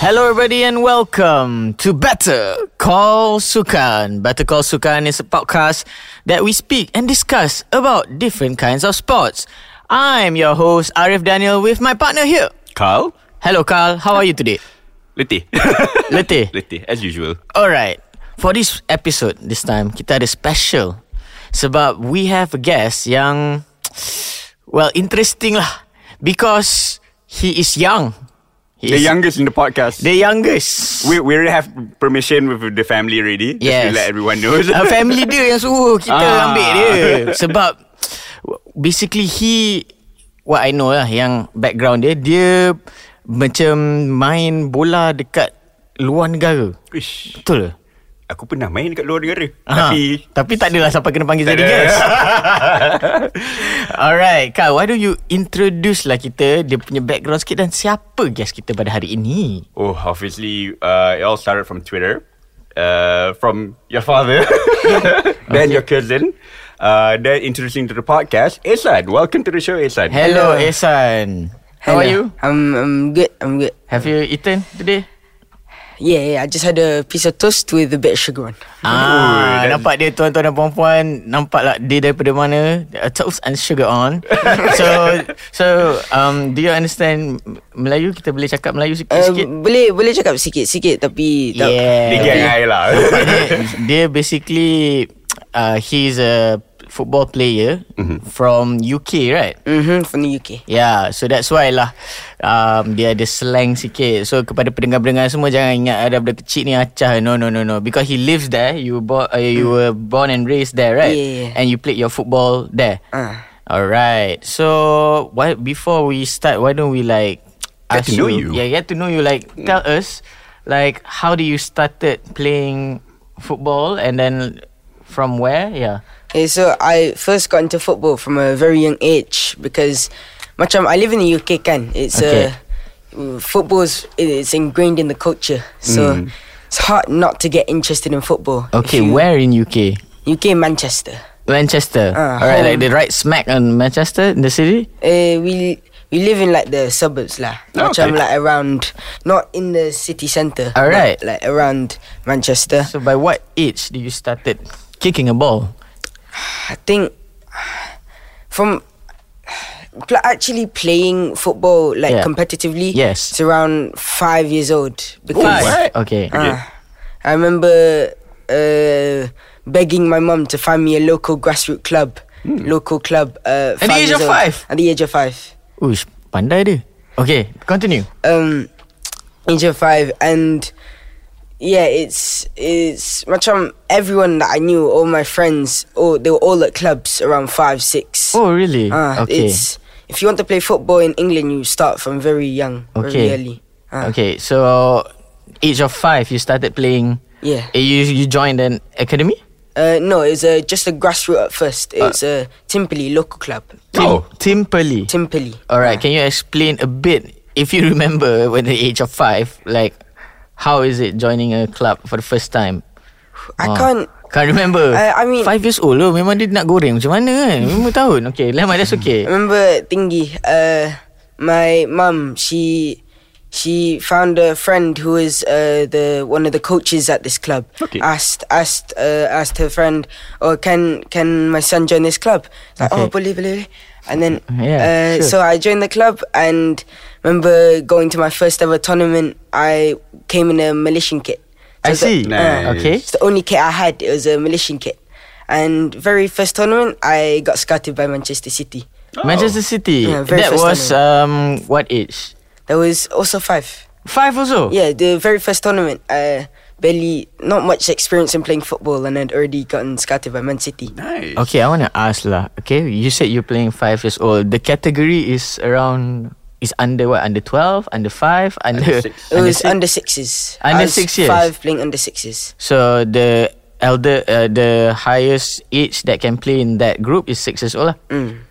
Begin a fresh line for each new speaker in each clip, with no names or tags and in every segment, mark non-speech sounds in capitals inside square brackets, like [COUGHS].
Hello everybody and welcome to Better Call Sukan. Better Call Sukan is a podcast that we speak and discuss about different kinds of sports. I'm your host Arif Daniel with my partner here.
Carl?
Hello Carl, how are you today?
[LAUGHS] Letih.
Letih.
Letih, as usual.
Alright, for this episode this time kita ada special sebab we have a guest yang well interesting lah because he is young. He
The
is
youngest in the podcast.
the youngest.
we, we already have permission with the family already. Just
Yes.
to let everyone know.
uh,
[LAUGHS]
family dia yang suruh kita ah.
Ah.
ambil dia sebab basically he what I know lah yang background dia dia macam main bola dekat luar negara.
Ish,
Betul ke?
aku pernah main dekat luar negara.
Aha.
Tapi...
tapi tak adalah siapa kena panggil
Tak
jadi
ada. [LAUGHS]
guest. Alright, Kak, why don't you introduce lah kita dia punya background sikit dan siapa guest kita pada hari ini?
Oh, obviously, uh, it all started from Twitter. Uh, from your father. [LAUGHS] then your cousin. Uh, then introducing to the podcast, Esan. Welcome to the show, Esan.
Hello,
Hello.
Ehsan. How are you?
I'm I'm good. I'm good.
Have you eaten today?
Yeah, yeah. I just had a piece of toast with a bit of sugar on.
Ah,
Ui, dan-
nampak dia tuan-tuan dan puan-puan nampaklah dia daripada mana uh, toast and sugar on. so so um do you understand Melayu kita boleh cakap Melayu
Uh,
sikit-sikit.
boleh boleh cakap sikit-sikit tapi tak.
Dia gang I
[LAUGHS]
lah. [COUGHS]
dia, dia basically uh, he's a football player mm-hmm. from UK right?
Mhm, from the UK.
Yeah, so that's why lah um, Dia ada slang sikit So kepada pendengar-pendengar semua Jangan ingat ada budak kecil ni acah No, no, no, no Because he lives there You were, bo- uh, you were born and raised there, right?
Yeah, yeah.
And you played your football there
Ah.
Alright So why, before we start Why don't we like
Get
ask
to know you.
Yeah, get to know you Like tell us Like how do you started playing football And then from where? Yeah
Okay, so I first got into football from a very young age because macam I live in the UK kan. It's
Okay. Mm.
a football's it's ingrained in the culture. So it's hard not to get interested in football. if
Okay,
you-
where in UK?
UK Manchester.
Manchester.
Ah,
Alright, like
home.
the right smack on Manchester in the city.
Uh, we we live in like the suburbs lah.
Ah,
Oh,
Macam
okay.
like around not in the city centre.
Alright.
but, Like around Manchester.
So by what age did you started kicking a ball?
I think from pl- actually playing football like
Yeah.
competitively.
Yes.
It's around five years old.
Five? Right.
Okay.
Ah,
Okay.
I remember uh, begging my mum to find me a local grassroots club. Local club. Uh,
Hmm. At the age
years
of
old.
five?
At the age of five.
Ush, pandai dia. Okay, continue.
um age of five and yeah it's it's macam everyone that i knew all my friends all they were all at clubs around five six
Oh really?
Ah,
okay.
it's if you want to play football in england you start from very young
Okay.
very early Ah,
Okay, so age of five you started playing.
yeah
eh, You you joined an academy?
uh no it's uh, just a grassroots at first
Uh,
it's a timpoli local club
Oh.
Tim Timperley. Uh,
timpoli
Alright, can you explain a bit if you [LAUGHS] remember when the age of five, like how is it joining a club for the first time?
i
Ah.
can't
Can't remember
I- I mean-
Five years old loh Memang dia nak goreng macam mana kan Lima tahun Okay Lama that's
I
okay
remember thingy uh my mum she she found a friend who is uh the one of the coaches at this club
Okay.
asked asked uh, asked her friend oh can can my son join this club It's like,
Okay.
oh believe believe and then
Yeah, sure.
uh, so I joined the club and remember going to my first ever tournament I came in a Malaysian kit
I
it's like-
see
Nice.
Okay
it's the only kit I had. It was a Malaysian kit. And very first tournament, I got scouted by Manchester City.
Oh.
Manchester City
Yeah, very
That was
first
um, What age?
That was also five.
Five also?
Yeah, the very first tournament. I barely, not much experience in playing football, and I'd already gotten scouted by Man City.
Nice.
Okay I want to ask lah Okay You said you're playing five years old The category is around Is under what? Under 12? Under 5? Under
Under six.
It was
six?
under sixes.
Under
I was
six years?
Five playing under sixes.
So the elder uh, The highest age That can play in that group Is six years old lah
Mm.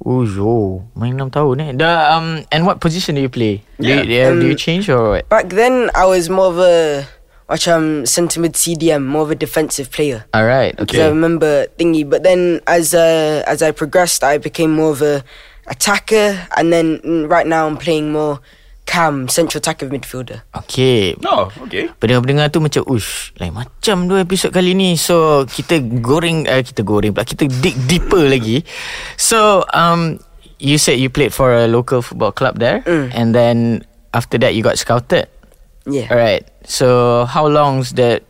Oh yo Main enam tahun eh The, um, And what position do you play? Do, you, uh,
Yeah.
do you
Um,
change or what?
Back then, I was more of a, watch, I'm centre mid CDM, more of a defensive player.
Alright okay.
'Cause I remember thingy. But then as uh, as I progressed, I became more of a attacker, and then mm, right now I'm playing more Cam, central attacking midfielder.
Okay
No, okay.
Pendengar-pendengar tu macam Ush Lain macam dua episod kali ni So kita goreng eh, Kita goreng pula Kita dig deeper lagi So um, You said you played for a local football club there
Mm.
And then After that you got scouted
Yeah.
Alright So how long's that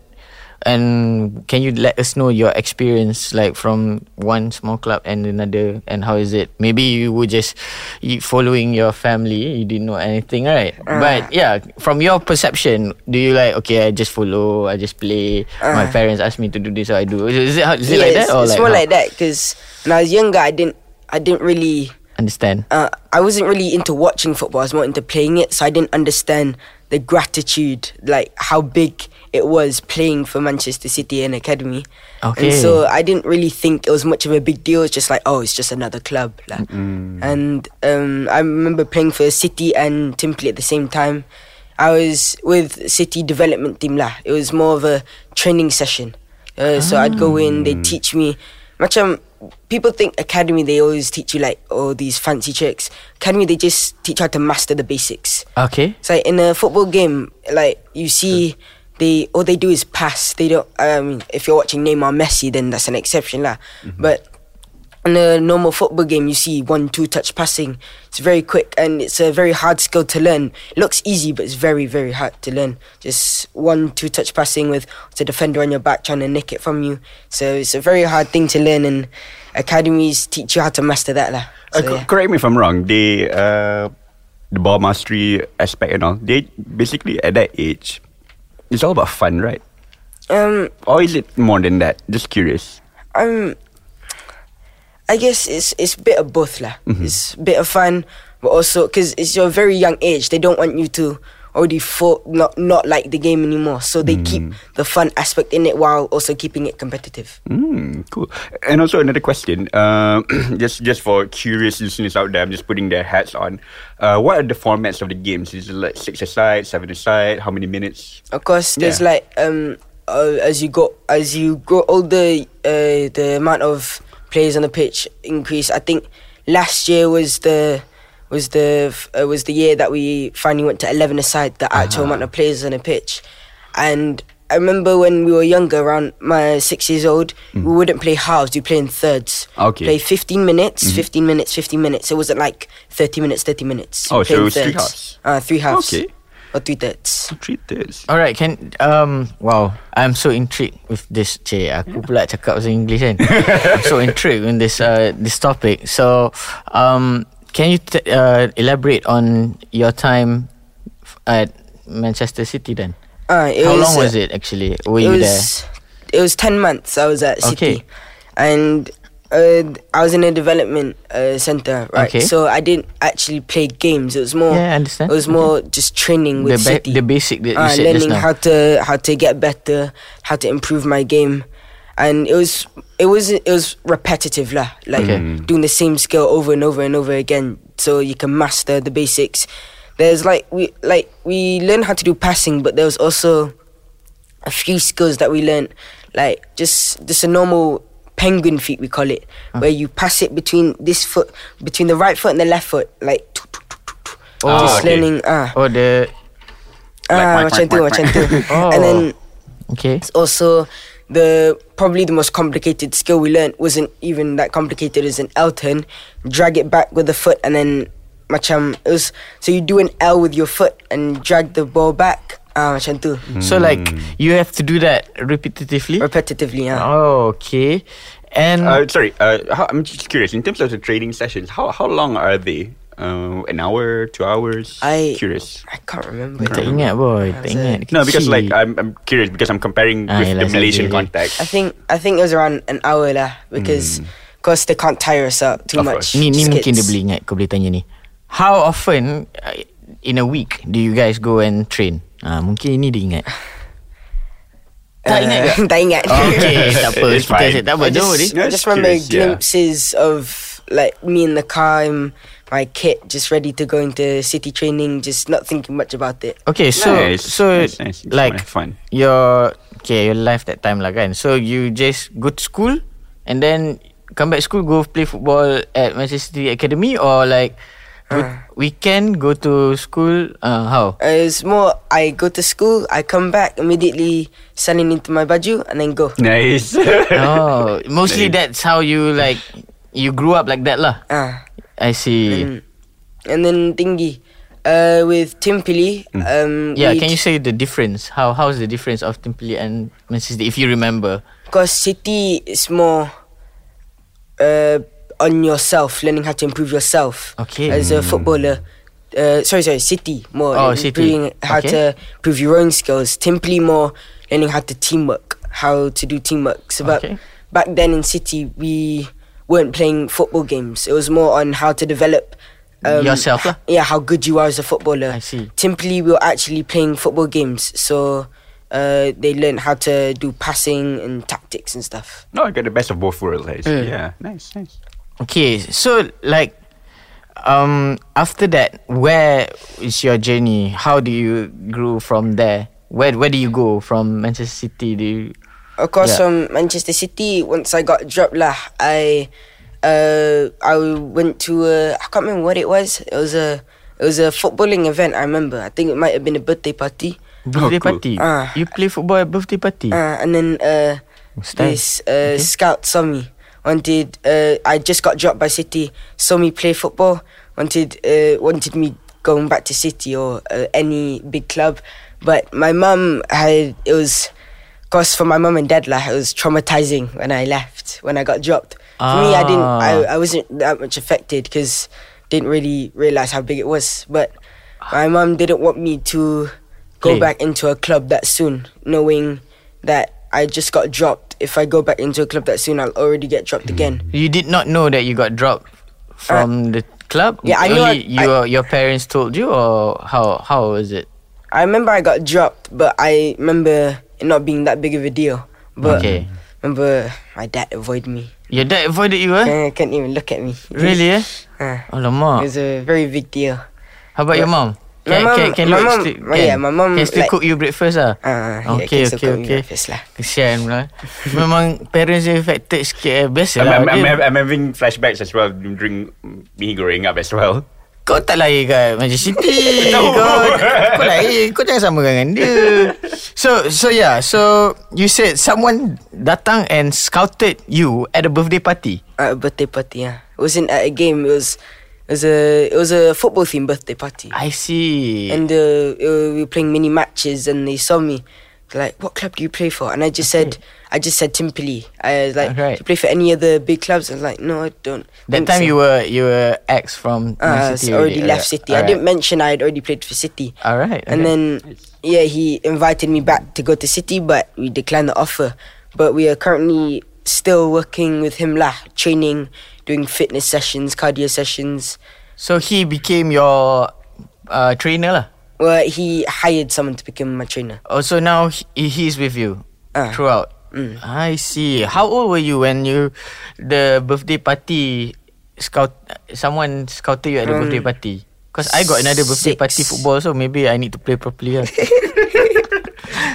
And can you let us know your experience like from one small club and another and how is it? Maybe you were just you following your family, you didn't know anything, right?
Uh.
but yeah, from your perception, do you like okay, I just follow, I just play. my parents ask me to do this, so I do. Is, is it how, is it
yeah,
like that
it's,
or
Uh. it's
like,
more
how?
like that because when I was younger, I didn't, I didn't really,
understand?
uh, I wasn't really into watching football. I was more into playing it, so I didn't understand the gratitude, like how big it was playing for Manchester City and academy.
Okay.
And so I didn't really think it was much of a big deal. It's just like, oh, it's just another club. Like, And um, I remember playing for City and Timpley at the same time. I was with City development team lah. It was more of a training session. Uh, So I'd go in, they'd teach me. Macam, people think academy, they always teach you like, all these fancy tricks. Academy, they just teach you how to master the basics.
Okay.
It's like in a football game, like you see, they all they do is pass. They don't. I mean, if you're watching Neymar, Messi, then that's an exception, lah. But in a normal football game, you see one, two touch passing. It's very quick and it's a very hard skill to learn. It looks easy, but it's very, very hard to learn. Just one, two touch passing with the defender on your back trying to nick it from you. So it's a very hard thing to learn, and academies teach you how to master that, lah.
Uh,
So,
co-
yeah.
Correct me if I'm wrong. They uh, the ball mastery aspect and all. They basically at that age, it's all about fun, right?
Um,
Or is it more than that? Just curious.
um, I guess it's it's a bit of both lah. It's a bit of fun, but also because it's your very young age, they don't want you to already fall, not not like the game anymore. So they keep the fun aspect in it while also keeping it competitive.
Hmm, cool. And also another question. Uh, [CLEARS THROAT] just just for curious listeners out there, I'm just putting their hats on. Uh, what are the formats of the games? Is it like six aside, seven aside? How many minutes?
Of course, there's
Yeah.
like um, uh, as you go as you grow older, uh, the amount of players on the pitch increase. I think last year was the was the f- uh, was the year that we finally went to eleven aside. The actual
Uh-huh.
amount of players on the pitch, and I remember when we were younger, around my six years old, we wouldn't play halves. We play in thirds.
Mm. Okay. Mm-hmm.
Play fifteen minutes, fifteen minutes, fifteen minutes. It wasn't like thirty minutes, thirty minutes.
Oh, so it
We played in
was three
thirds.
halves.
Uh, three halves.
Okay.
Or three thirds.
Treat this.
All right, can um wow, I'm so intrigued with this. Cik, aku pula cakap bahasa English
[LAUGHS]
kan. I'm so intrigued with this uh this topic. So, um can you t- uh, elaborate on your time f- at Manchester City then?
Uh, it
How
was,
long
uh,
was it actually? Were
it
you there?
was it was ten months I was at
Okay.
City, and uh, I was in a development uh, center, right?
Okay.
So I didn't actually play games. It was more
Yeah, I understand.
It was
Okay.
more just training
The
with
ba-
City,
the basic that you
uh,
said just
learning
now.
how to how to get better, how to improve my game, and it was it was it was repetitive lah, like
Okay.
Mm.
doing the same skill over and over and over again, so you can master the basics. There's like we like we learned how to do passing, but there was also a few skills that we learned, like just just a normal penguin feet we call it,
Ah.
where you pass it between this foot, between the right foot and the left foot, like.
Oh,
just
okay.
learning, ah,
Oh the
Like,
ah,
like,
macam
like,
tu,
like,
macam
like.
tu, and
Oh.
then
okay.
it's also the probably the most complicated skill we learned wasn't even that complicated as an L turn. Drag it back with the foot and then macam it was so you do an L with your foot and drag the ball back. Ah macam tu.
Hmm.
So like you have to do that repetitively.
Repetitively, yeah.
Oh, okay. And
Uh, sorry, uh, how, I'm just curious. In terms of the training sessions, how how long are they? Uh, an hour, two hours?
I-
curious.
I can't remember.
tak ingat boy, tak
was
ingat.
No, because
Kecil.
like I'm, I'm curious because I'm comparing
Ah,
with
yelah,
the Malaysian
exactly.
context.
I think I think it was around an hour lah because of course they can't tire us out too
Hmm. Of course.
much.
Ni ni
Just
mungkin dia
kids.
boleh ingat Kau boleh tanya ni How often uh, In a week Do you guys go and train Ah Mungkin ini dia ingat Tak
[LAUGHS]
ingat ke?
Uh, [LAUGHS] tak ingat.
[LAUGHS]
Oh.
Okay tak apa
It's
Kita
fine.
asyik tak apa
I
Don't worry
just, I
That's
just remember
curious, yeah.
glimpses of like me in the car, in my kit, just ready to go into city training, just not thinking much about it.
Okay so
Nice,
So
nice, nice. It's
Like
fun.
Your Okay your life that time lah kan So you just Go to school And then Come back school Go play football At Manchester City Academy Or like We Weekend go to school. Uh,
[LAUGHS]
how?
Uh, it's more I go to school, I come back immediately, selling into my baju, and then go.
Nice.
[LAUGHS] Oh, mostly that's how you like you grew up like that lah.
Ah,
I see.
and then thingy, uh, with Timpili. Um,
Mm. yeah, can you say the difference? How how's the difference of Timpili and Manchester if you remember?
Because city is more uh, on yourself, learning how to improve yourself.
Okay.
As a footballer. Uh, sorry, sorry, city more.
Oh,
learning-
city.
Improving how
Okay.
to improve your own skills. Timpili more learning how to teamwork, how to do teamwork. So, but
Okay.
back then in city, we weren't playing football games. It was more on how to develop. um,
Yourself lah.
Yeah, how good you are as a footballer.
I see.
Timply we were actually playing football games, so uh, they learned how to do passing and tactics and stuff.
[LAUGHS] no, I got the best of both worlds. I see. Yeah, nice, nice.
Okay, so like um after that, where is your journey? How do you grew from there? Where where do you go from Manchester City? Do you
Of course,
Yeah.
from Manchester City, once I got dropped lah, I uh, I went to a, I can't remember what it was. It was a it was a footballing event. I remember. I think it might have been a birthday party.
birthday
cool.
party?
Ah.
you play football at birthday party?
Uh, and then uh,
Style.
this uh, scout saw me. Wanted uh, I just got dropped by City. Saw me play football. Wanted uh, wanted me going back to City or uh, any big club. But my mum had it was, cause for my mum and dad like it was traumatizing when I left when I got dropped. For me, I didn't. I, I wasn't that much affected because didn't really realize how big it was. But my mum didn't want me to
Play.
go back into a club that soon, knowing that I just got dropped. If I go back into a club that soon, I'll already get
Hmm.
dropped again.
You did not know that you got dropped from the club.
Ah. yeah, I knew
Only
I-
your your parents told you, or how how was it?
I remember I got dropped, but I remember it not being that big of a deal. But
Okay.
remember my dad avoided me.
Your dad avoided you, eh?
Uh, can't even look at me.
Really, eh?
[LAUGHS]
Ah.
Uh, it
Alamak.
was a very big deal.
How about your mum?
My
Can,
mum-
can, can
my
you
mum-
still,
oh, yeah, my mum,
Can still
like-
cook you breakfast ah?
Uh, yeah,
okay,
kids will
okay,
call me
okay.
breakfast lah.
Kesian
[LAUGHS]
lah. Memang parents dia affected sikit eh. Biasa lah.
I'm, I'm, I'm,
dia-
I'm having flashbacks as well during me growing up as well. [LAUGHS]
Kau tak lahir kat Manchester City. kau, kau lahir. Kau jangan sama dengan dia. So, so yeah. So, you said someone datang and scouted you at a birthday party.
At a Uh, birthday party, yeah. It wasn't at a game. It was, it was a, it was a football themed birthday party.
I see.
and uh, uh, we were playing mini matches, and they saw me. They're Like, what club do you play for? And I just said, I just said Timpoli. I was like,
Alright.
do you play for any other big clubs? I was like, no, I don't.
That time you were you were ex from Man
uh,
City
already left
alright.
City. I didn't mention I had already played for City.
Alright.
And then, yeah, he invited me back to go to City, but we declined the offer. But we are currently still working with him, lah, training, doing fitness sessions, cardio sessions.
So he became your uh, trainer lah.
Well, he hired someone to become my trainer.
Oh, so now he, he's with you
Ah.
throughout.
Mm.
I see. How old were you when you the birthday party scout someone scouted you at the
Hmm.
birthday party? Because I got another birthday party
six.
football, so maybe I need to play
[LAUGHS]
properly. Lah.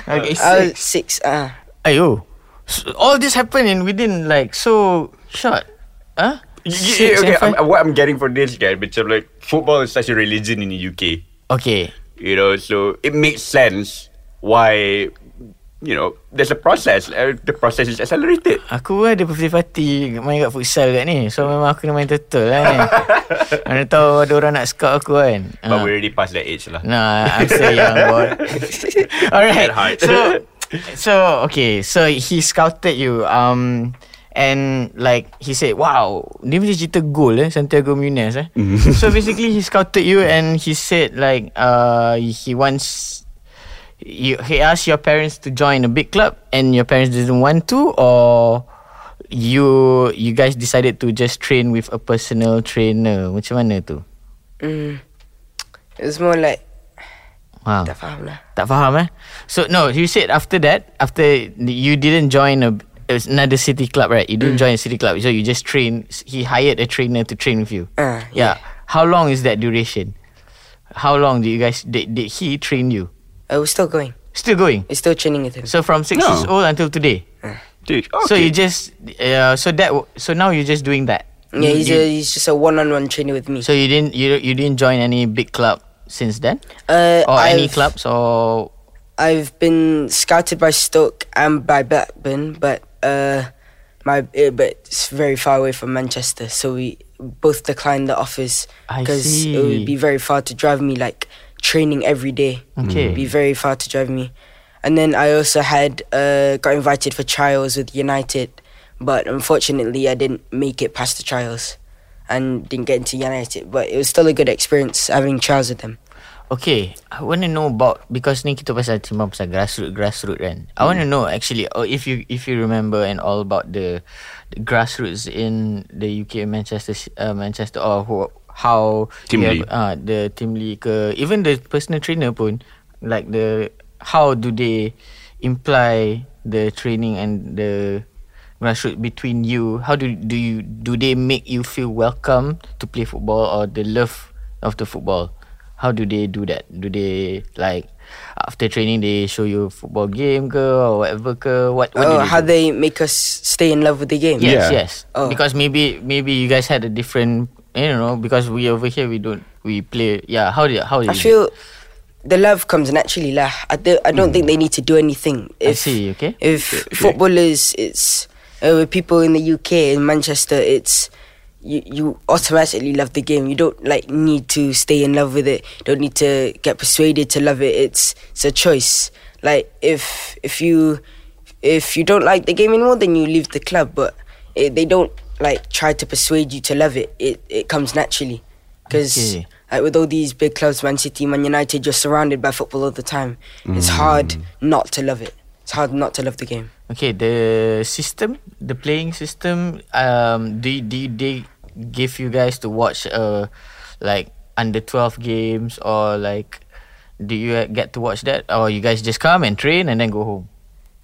okay, six.
I was six. Uh,
Ayo. So, all this happened in within like so short. Huh?
Y- y-
Six and
okay,
five?
I'm, what I'm getting for this guy, which I'm like, football is such a religion in the UK.
okay.
You know, so it makes sense why, you know, there's a process. Uh, the process is accelerated.
Aku ada birthday party Main kat futsal kat ni So memang aku kena main turtle lah ni Mana tahu ada orang nak scout aku kan
But
Ah. Mm.
we're already past that age lah.
Nah, I'm still young boy Alright
At heart.
So So okay So he scouted you Um And like he said Wow Dia macam cerita goal eh Santiago Munez eh [LAUGHS] So basically he scouted you And he said like uh, He wants you, He asked your parents to join a big club And your parents didn't want to Or You You guys decided to just train with a personal trainer Macam mana tu?
mm, it was more like
Wow.
tak faham lah.
Tak faham eh So no You said after that After You didn't join a, Another city club right You
Mm.
didn't join a city club So you just train He hired a trainer To train with you
Ah,
Yeah How long is that duration How long did you guys Did, did he train you
Uh, we're still going.
Still going
We're still training with him.
So from 6
No.
years old Until today
Dude,
So
okay.
you just uh, So that w- So now you're just doing that
Yeah, he's a, he's just a one-on-one trainer with me.
So you didn't you you didn't join any big club since then,
Uh,
or oh, any
I've-
clubs, or
I've been scouted by Stoke and by Blackburn, but uh, my uh, but it's very far away from Manchester, so we both declined the offers
I
it would
see.
be very far to drive me. Like training every day,
Okay.
would be very far to drive me. And then I also had uh, got invited for trials with United, but unfortunately I didn't make it past the trials, and didn't get into United. But it was still a good experience having trials with them.
Okay, I want to know about because ni kita pasal timbang pasal grassroots grassroots kan. I want to know actually oh, if you if you remember and all about the, the grassroots in the UK Manchester ci- uh, Manchester or who, how
Tim
you
Lee.
have, uh, the team league ke even the personal trainer pun like the how do they imply the training and the grassroots between you how do do you do they make you feel welcome to play football or the love of the football how do they do that do they like after training they show you football game ke or whatever ke what what do
oh,
they
how
do?
they make us stay in love with the game.
Yes,
Yeah.
yes.
Oh.
Because maybe maybe you guys had a different I don't know because we over here we don't we play yeah how do how do
I feel the love comes naturally lah. I, do, I don't think they need to do anything.
Hmm. I
If,
see, okay.
If footballers, it's uh, with people in the UK in Manchester, it's you, you automatically love the game. You don't like need to stay in love with it. Don't need to get persuaded to love it. It's it's a choice. Like if if you if you don't like the game anymore, then you leave the club. But it, they don't like try to persuade you to love it. It it comes naturally because
Okay.
like with all these big clubs, Man City, Man United, you're surrounded by football all the time. It's
Mm.
hard not to love it. It's hard not to love the game.
Okay, the system, the playing system. Um, do do they give you guys to watch uh like under twelve games or like do you uh, get to watch that or you guys just come and train and then go home?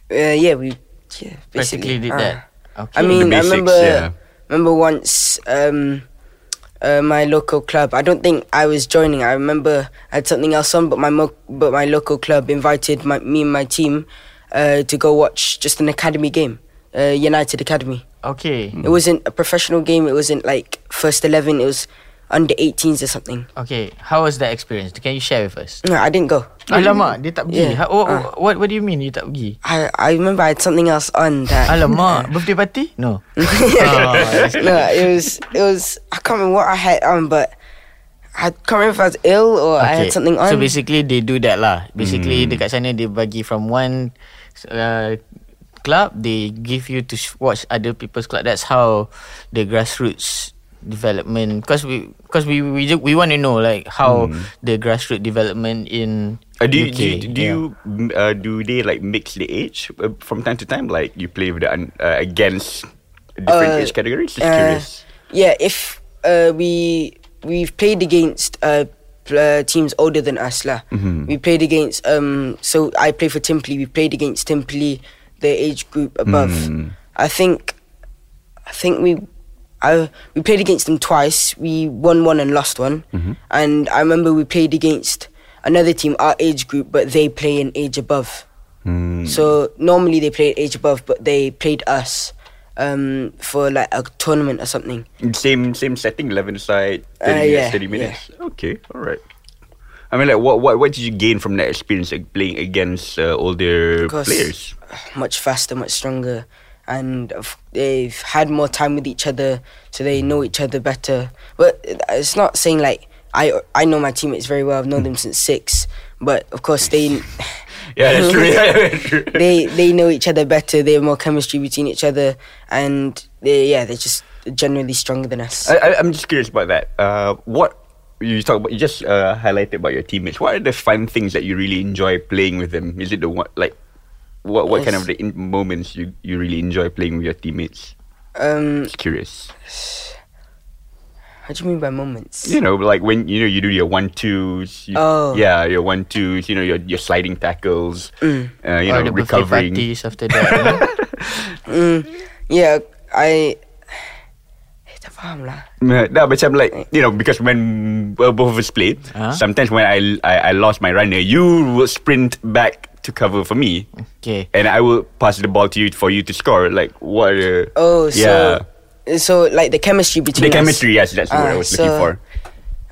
Uh, yeah, we yeah,
Basically,
basically
did
uh,
that. Okay.
I mean,
basics,
I remember
yeah.
remember once um, uh, my local club. I don't think I was joining. I remember I had something else on, but my mo- but my local club invited my, me and my team uh, to go watch just an academy game, uh, United Academy.
okay,
It wasn't a professional game. It wasn't like first eleven. It was under 18s or something.
okay. How was that experience? Can you share with us?
No, I didn't go.
Alamak, dia tak pergi.
Yeah.
Ha, oh,
Ah.
What what do you mean you tak
[LAUGHS]
pergi?
I I remember I had something else on that.
Alamak, birthday party? No. Oh, Ah,
[LAUGHS] no, it was it was I can't remember what I had on, but I can't remember if I was ill or I had something on.
So basically they do that lah.
Hmm.
Basically dekat sana they bagi from one uh, club they give you to sh- watch other people's club. That's how the grassroots development because we because we we ju- we want to know like how the grassroots development in
Hmm. Uh, do you,
UK,
do you, do,
yeah.
you mm, uh, do they like mix the age uh, from time to time? Like you play with the un- uh, against different
Uh,
age categories? Just
Uh,
curious.
Yeah, if uh, we we've played against uh, pl- uh, teams older than us lah.
Mm-hmm.
We played against um. So I play for Timpley. We played against Timpley, the age group above.
Mm.
I think, I think we. I, we played against them twice. We won one and lost one.
Mm-hmm.
And I remember we played against another team, our age group, but they play an age above. So normally they play age above, but they played us um, for like a tournament or something.
Same same setting, eleven side,
Uh,
thirty minutes,
yeah,
thirty minutes. Okay, all right. I mean, like, what what what did you gain from that experience, like playing against uh, older
Because [LAUGHS]
players?
much faster, much stronger, and of- they've had more time with each other, so they know each other better. But uh, it's not saying like I I know my teammates very well. I've known them since six, but of course they.
Yeah, that's true. [LAUGHS] Yeah, that's true.
[LAUGHS] they they know each other better. They have more chemistry between each other, and they yeah they're just generally stronger than us.
I, I, I'm just curious about that. Uh, what you talk about? You just uh, highlighted about your teammates. What are the fun things that you really enjoy playing with them? Is it the one like what what kind of the in- moments you, you really enjoy playing with your teammates?
um,
Just curious.
what do you mean by moments?
You know, like when you know you do your one twos. You,
Oh.
Yeah, your one twos. You know, your your sliding tackles. Uh, you
or the
know,
birthday
recovering.
parties after that. you
[LAUGHS]
know?
Yeah, I. [SIGHS] Tak faham lah.
Uh, nah, macam like you know because when uh, both of us played,
Ah.
sometimes when I, I I lost my runner, you will sprint back to cover for me.
Okay.
and I will pass the ball to you for you to score. Like what? Are,
Oh, so
yeah.
so like the chemistry
The
between us-
chemistry, yes, that's what I
Ah,
was looking
so-
for.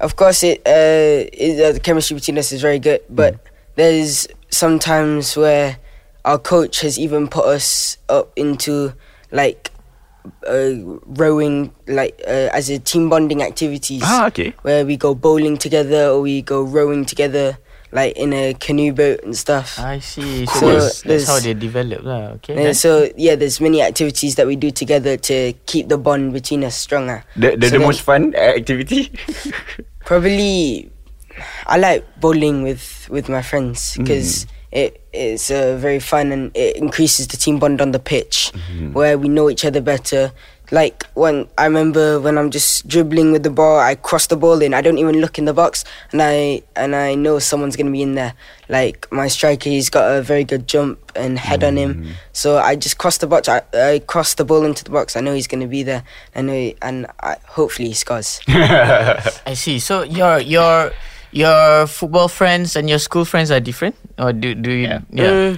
Of course, it, uh, it uh, the chemistry between us is very
Hmm.
good, but there's sometimes where our coach has even put us up into like uh, rowing, like uh, as a team bonding activities.
Ah, okay.
Where we go bowling together or we go rowing together, like in a canoe boat and stuff.
Ah.
I see. So,
So
that's, that's
there's-
how they develop lah. Okay.
And so yeah, there's many activities that we do together to keep the bond between us stronger.
The the,
So
the
then-
most fun uh,
[LAUGHS]
activity.
Probably, I like bowling with with my friends because it it's uh, very fun and it increases the team bond on the pitch where we know each other better. Like when I remember when I'm just dribbling with the ball, I cross the ball in. I don't even look in the box, and I and I know someone's gonna be in there. Like my striker, he's got a very good jump and head on him. So I just cross the box. I, I cross the ball into the box. I know he's gonna be there. I know, and I, hopefully he scores.
I see. So your your your football friends and your school friends are different, or do do you? Yeah.
Mm,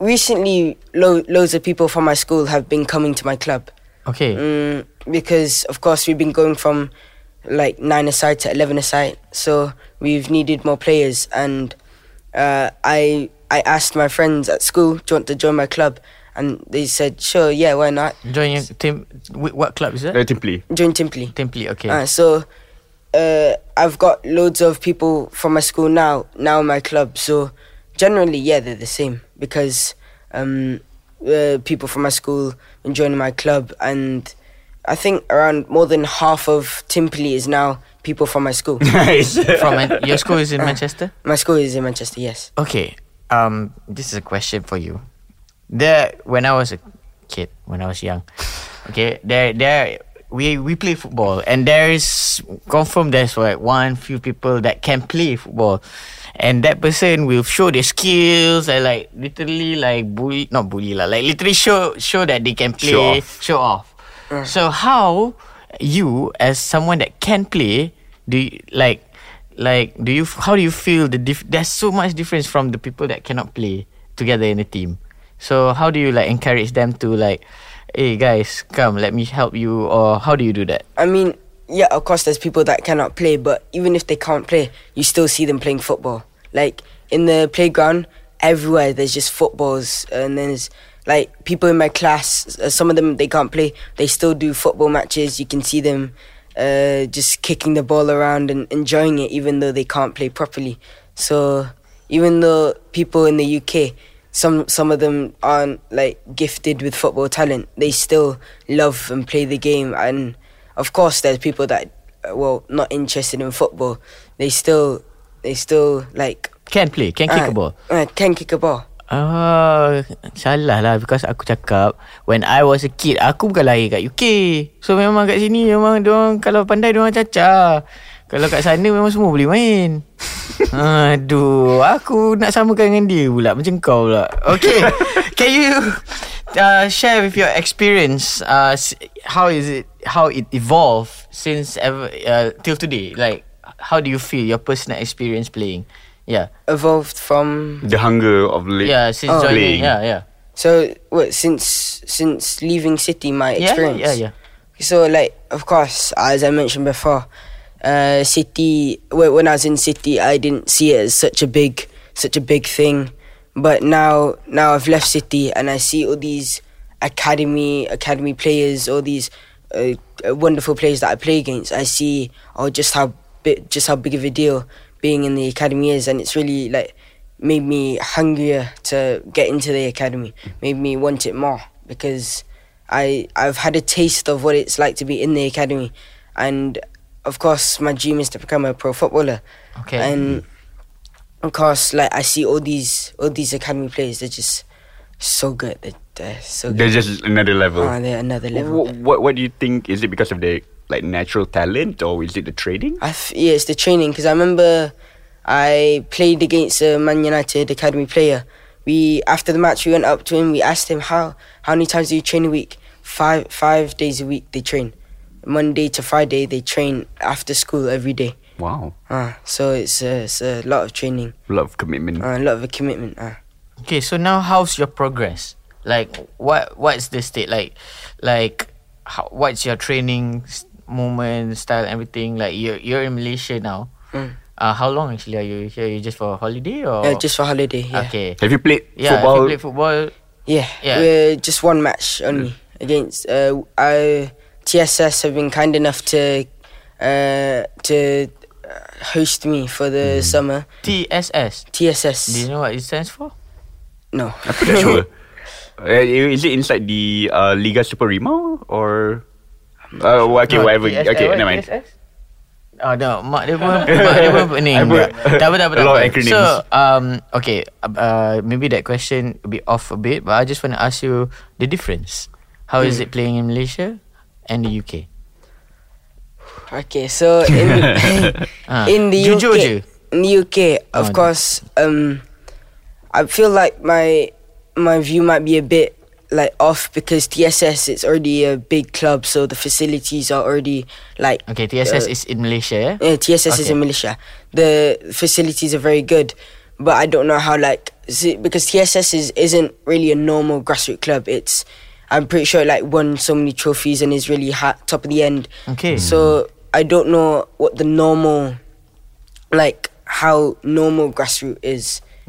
recently, lo- loads of people from my school have been coming to my club
Okay.
mm, because, of course, we've been going from like nine aside to eleven aside, so we've needed more players. And uh, I I asked my friends at school, "Do you want to join my club?" And they said, "Sure, yeah, why not?"
Join your team. wh- What club is that?
Uh, Simply.
Join Timpley.
Templey. Okay.
Uh, so uh, I've got loads of people from my school now, now in my club. So generally, yeah, they're the same because um, uh, people from my school been joining my club, and I think around more than half of Timperley is now people from my school.
nice.
From Man- your school is in Manchester.
my school is in Manchester, yes.
Okay. Um, this is a question for you. There, when I was a kid, when I was young, okay, there, there, we we play football, and there is confirm there's like one few people that can play football, and that person will show their skills and like literally like bully, not bully lah, like literally show show that they can play,
Show off.
show off. So how you as someone that can play, do you, like like do you how do you feel the diff- there's so much difference from the people that cannot play together in a team. So how do you like encourage them to like hey guys come let me help you or how do you do that?
I mean, yeah, of course, there's people that cannot play, but even if they can't play, you still see them playing football. Like in the playground, everywhere there's just footballs, and then there's like people in my class. uh, Some of them they can't play, they still do football matches. You can see them uh, just kicking the ball around and enjoying it, even though they can't play properly. So even though people in the UK, some some of them aren't like gifted with football talent, they still love and play the game. And of course, there's people that uh, well not interested in football. They still they still like
Can play, can kick
uh,
a ball.
Uh, can kick a ball.
Ah, salah lah because aku cakap when I was a kid aku bukan lahir kat UK. So memang kat sini memang diorang kalau pandai diorang caca. Kalau kat sana memang semua boleh main. Aduh, aku nak samakan dengan dia pula macam kau pula. Okay, can you uh, share with your experience uh, s- how is it how it evolved since ever uh, till today? Like how do you feel your personal experience playing? Yeah.
Evolved from
the hunger of li-
Yeah, since
Oh.
joining.
Playing.
Yeah, yeah.
so what since since leaving city my experience.
Yeah, yeah, yeah.
So like of course as I mentioned before, uh, city wh- when I was in city I didn't see it as such a big such a big thing, but now now I've left city and I see all these academy academy players, all these uh, uh, wonderful players that I play against. I see oh just how big just how big of a deal being in the academy is, and it's really like made me hungrier to get into the academy, made me want it more because I I've had a taste of what it's like to be in the academy, and of course my dream is to become a pro footballer.
Okay.
And of course, like I see all these all these academy players, they're just so good. They're, they're so
There's
good.
just another level.
Oh, they're another level.
Wh- what what do you think? Is it because of the like natural talent or is it the training?
I f- yeah, it's the training because I remember I played against a Man United academy player. We after the match we went up to him. We asked him how how many times do you train a week? Five five days a week they train. Monday to Friday they train after school every day.
Wow,
Uh, so it's, uh, it's a lot of training,
a lot of commitment.
uh, a lot of commitment. Uh.
Okay, so now how's your progress? Like what what's the state like? Like how, what's your training s- moment style everything like you're you're in Malaysia now. Uh, how long actually are you here? You just for holiday or
Uh, just for holiday. Mm. Yeah.
okay?
Have you played
Yeah, if you
football?
play football.
Yeah,
Yeah. Mm.
we're just one match only against. Uh, I TSS have been kind enough to uh, to uh, host me for the
Mm.
summer.
TSS. Do you
TSS,
know what it stands for?
no,
[LAUGHS] Sure. Uh, is it inside the uh, Liga Superima or? Uh, well, okay,
No,
whatever.
TSS,
okay,
what,
never mind.
TSS? Oh no, mak
[LAUGHS]
dia pun mak dia pun pening.
I put-
Tak apa tak apa.
a
tak
lot of
apa.
acronyms.
So um okay, uh, maybe that question a bit off a bit, but I just want to ask you the difference. How is
Hmm.
it playing in Malaysia and the UK?
[LAUGHS] Okay, so in,
[LAUGHS] Ah,
in the
jujur
UK,
je.
in the UK, of
Oh,
course, um, I feel like my my view might be a bit like off because TSS it's already a big club, so the facilities are already like
Okay, TSS
Uh,
is in Malaysia. Yeah?
eh,
yeah, TSS is
Okay.
in Malaysia. The facilities are very good, but I don't know how like is it- because TSS is isn't really a normal grassroots club. It's I'm pretty sure it, like won so many trophies and is really ha- top of the end.
Okay.
So I don't know what the normal, like how normal grassroots is,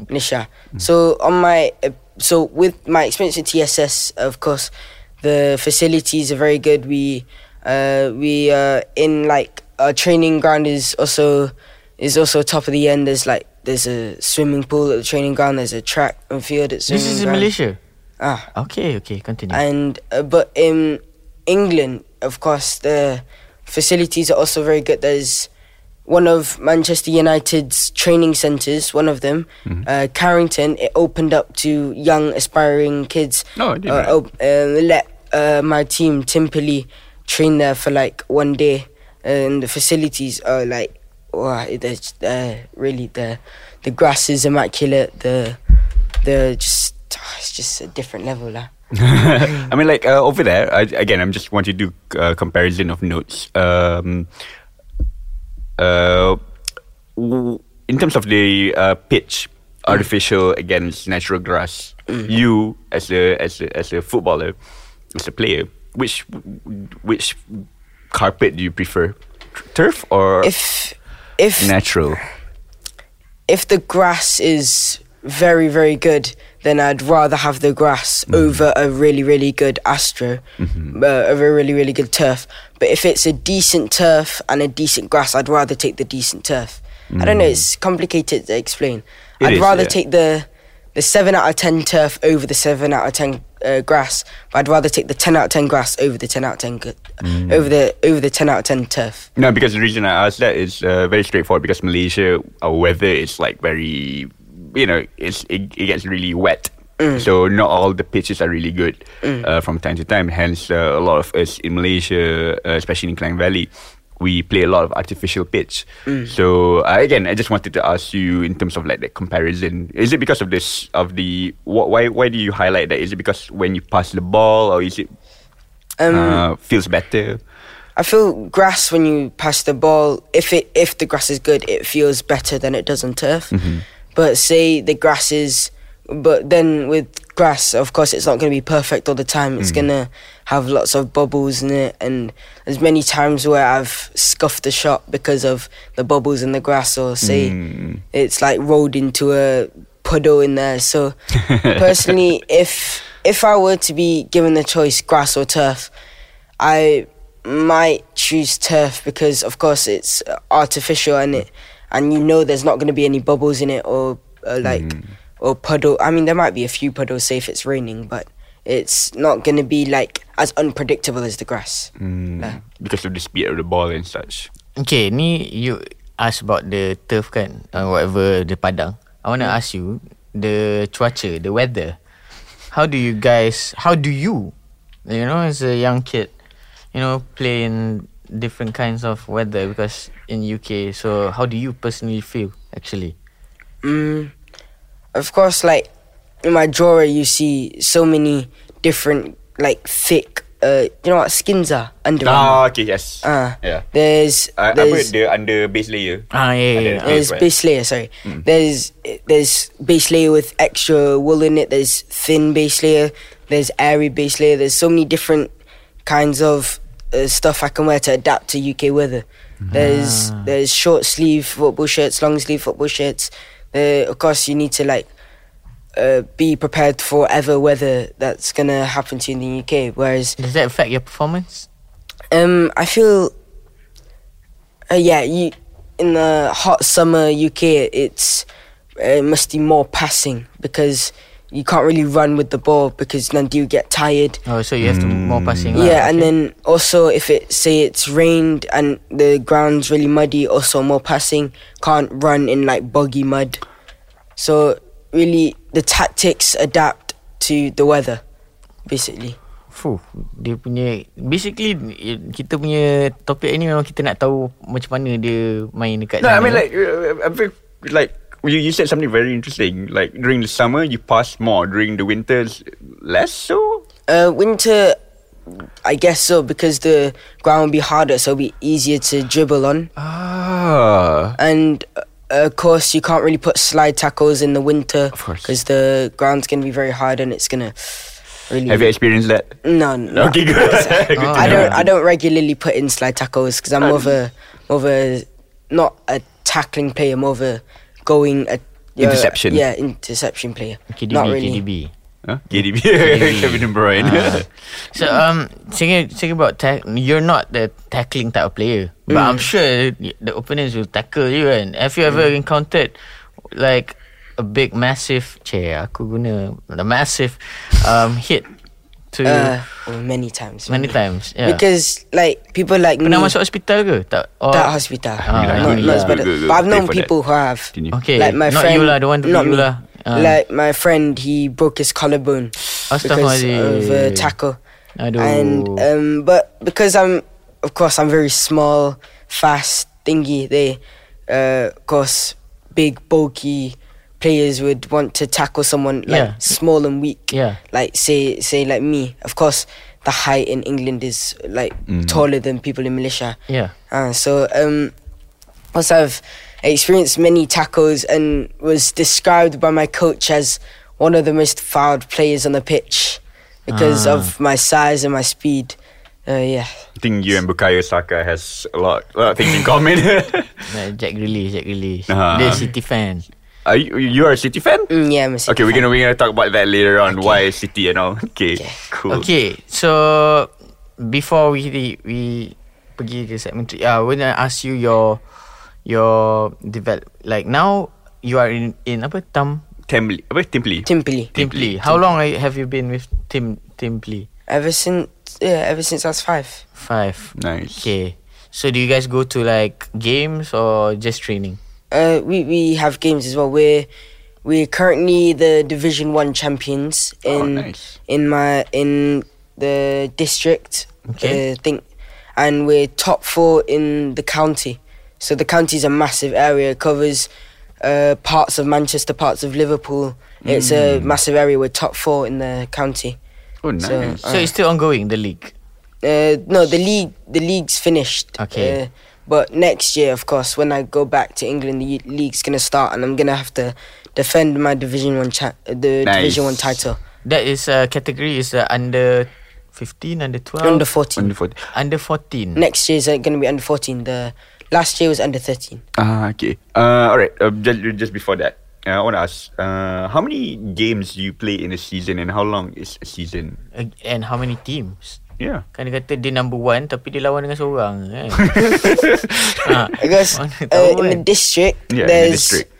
Nisha.
Mm.
So on my uh, so with my experience with TSS, of course, the facilities are very good. We uh, we uh, in like our training ground is also is also top of the end. There's like there's a swimming pool at the training ground. There's a track and field at
This
swimming
is in
kan.
ground.
Malaysia.
Ah,
Okay, okay, continue.
and uh, but in England, of course, the facilities are also very good. There's one of Manchester United's training centres, one of them,
Mm-hmm.
uh, Carrington. It opened up to young aspiring kids.
No, Oh, I didn't
uh,
know.
op- uh, let uh, my team Timperley train there for like one day, and the facilities are like wow, they're, they're really the the grass is immaculate. The the just ah, it's just a different level, lah.
[LAUGHS] I mean, like uh, over there. I, again, I'm just want to do uh, comparison of notes. Um, uh, w- in terms of the uh, pitch, artificial against natural grass, you as a as a as a footballer, as a player, which which carpet do you prefer, turf or
if if
natural?
if the grass is very very good then i'd rather have the grass
Mm.
over a really really good astro
Mm-hmm.
uh, over a really really good turf but if it's a decent turf and a decent grass i'd rather take the decent turf i don't know it's complicated to explain
Mm. It
i'd
is,
rather
yeah.
take the the 7 out of 10 turf over the 7 out of 10 uh, grass but i'd rather take the 10 out of 10 grass over the 10 out of 10 good,
Mm.
over the over the 10 out of 10 turf
No, because the reason I asked that is uh, very straightforward. Because Malaysia, our weather is like very, you know, it's it, it gets really wet. So not all the pitches are really good uh, from time to time. Hence, uh, a lot of us in Malaysia, uh, especially in Klang Valley, we play a lot of artificial pitch. So uh, again, I just wanted to ask you in terms of like the comparison. Is it because of this of the wh- why why do you highlight that? Is it because when you pass the ball or is it uh, feels better?
I feel grass when you pass the ball. If it if the grass is good, it feels better than it does on turf. But say the grass is, but then with grass, of course, it's not going to be perfect all the time. It's gonna have lots of bubbles in it, and there's many times where I've scuffed a shot because of the bubbles in the grass, or say it's like rolled into a puddle in there. So personally, if if I were to be given the choice, grass or turf, I might choose turf because, of course, it's uh, artificial and it, and you know there's not going to be any bubbles in it or uh, like or puddle. I mean, there might be a few puddles say if it's raining, but it's not going to be like as unpredictable as the grass.
Hmm.
Yeah.
because of the speed of the ball and such.
Okay, ni you ask about the turf kan, uh, whatever the padang. I want to ask you the cuaca, the weather. How do you guys? How do you, you know, as a young kid, you know, play in different kinds of weather because in UK. So how do you personally feel actually?
Mm, of course, like in my drawer, you see so many different, like thick. Uh, you know what skins are under.
Ah, okay, yes.
Ah.
yeah.
There's,
Uh, apa
there's
the under base layer?
Ah yeah, yeah, yeah.
Ada-
There's
Right.
base layer, sorry. There's there's base layer with extra wool in it. There's thin base layer. There's airy base layer. There's so many different kinds of uh, stuff I can wear to adapt to UK weather. There's there's short sleeve football shirts, long sleeve football shirts. Uh, of course, you need to like uh, be prepared for ever weather that's gonna happen to you in the UK. Whereas
Does that affect your performance?
um, I feel, uh, yeah, you in the hot summer UK, it's uh, it must be more passing because you can't really run with the ball because then you get tired.
Oh, so you have to more passing. lah,
Yeah, and
okay.
then also if it say it's rained and the ground's really muddy, also more passing can't run in like boggy mud. So really, the tactics adapt to the weather, basically.
Fuh, dia punya basically i- kita punya topik ni memang kita nak tahu macam mana dia main dekat
No,
sana.
I mean like uh, I feel like you, you said something very interesting. Like during the summer you pass more, during the winters less so.
Uh, winter, I guess so because the ground will be harder, so it'll be easier to dribble on.
Ah.
And uh, of course, you can't really put slide tackles in the winter
course.
because the ground's gonna be very hard and it's gonna really.
Have you experienced that?
no, no.
Okay, [LAUGHS] good. Good to
I
know.
don't. I don't regularly put in slide tackles because I'm more of a, more of a, not a tackling player, more of a going a uh,
Interception.
Yeah, interception player.
KDB,
not really.
KDB.
Huh? [LAUGHS] KDB, Kevin De Bruyne.
So
Hmm.
um, thinking, thinking about tack, you're not the tackling type of player, but
Hmm.
I'm sure the opponents will tackle you. And have you
Hmm.
ever encountered like a big massive? Cik, aku guna a massive um [LAUGHS] hit to
Uh, well, many times.
many
really.
times. Yeah.
Because like people like
Pernah
me
masuk hospital ke tak? Oh, Or,
that hospital.
Ah,
not,
yeah.
not as
Good,
bad.
good, good.
But I've
Pay
known
for that.
people who have.
Continue.
Okay,
Like my
not
friend,
you lah. Don't want to
not
be you
me.
lah. Ah.
Like my friend, he broke his collarbone because of a
Astaghfirullahaladzim.
tackle.
Aduh.
And um, but because I'm, of course, I'm very small, fast, thingy. They, uh, of course, big, bulky players would want to tackle someone
Yeah.
like small and weak.
Yeah.
Like say say like me. Of course, the height in England is like
Mm-hmm.
taller than people in Malaysia.
Yeah.
Uh, so um, plus I've experienced many tackles and was described by my coach as one of the most fouled players on the pitch because
Ah.
of my size and my speed. Uh, yeah.
[LAUGHS] I think you and Bukayo Saka has a lot, a lot of things in common. [LAUGHS]
Like Jack Grealish, Jack Grealish.
Ah.
Dia City fan.
are you, you are a City fan?
Mm, yeah, I'm a City
Okay, we're
fan.
gonna we're gonna talk about that later on. Why City and all. Okay, cool.
Okay, so before we we pergi ke segmen three, uh, I want to ask you your your develop like now you are in in apa Tam
Temple, apa Temple?
Timply.
Timpli. How long are you- have you been with Tim Timpli?
Ever since yeah, ever since I was five.
Five.
Nice.
Okay. So do you guys go to like games or just training?
Uh, we we have games as well. We're we're currently the Division One champions in
Oh, nice.
in my in the district.
Okay.
Uh, think, and we're top four in the county. So the county's a massive area. It covers uh, parts of Manchester, parts of Liverpool. It's a
Hmm.
massive area. We're top four in the county.
Oh, nice.
So,
So uh, it's still ongoing the league.
Uh, no, the league the league's finished.
Okay.
Uh, but next year, of course, when I go back to England, the y- league's gonna start, and I'm gonna have to defend my Division One cha- uh, the
Nice.
Division One title
That is uh, category is uh, under 15, under 12,
under 14.
Wonderful.
under 14.
next year's uh, gonna be under 14. The last year was under 13.
Ah, okay. Uh, all right. Uh, just, just before that, uh, I want to ask, uh, how many games do you play in a season, and how long is a season?
Ag- And how many teams?
Yeah.
Kan dia kata dia number one Tapi dia lawan dengan seorang kan ha,
I guess uh,
mana tahu
in the
kan?
district,
Yeah, in the
there's
district.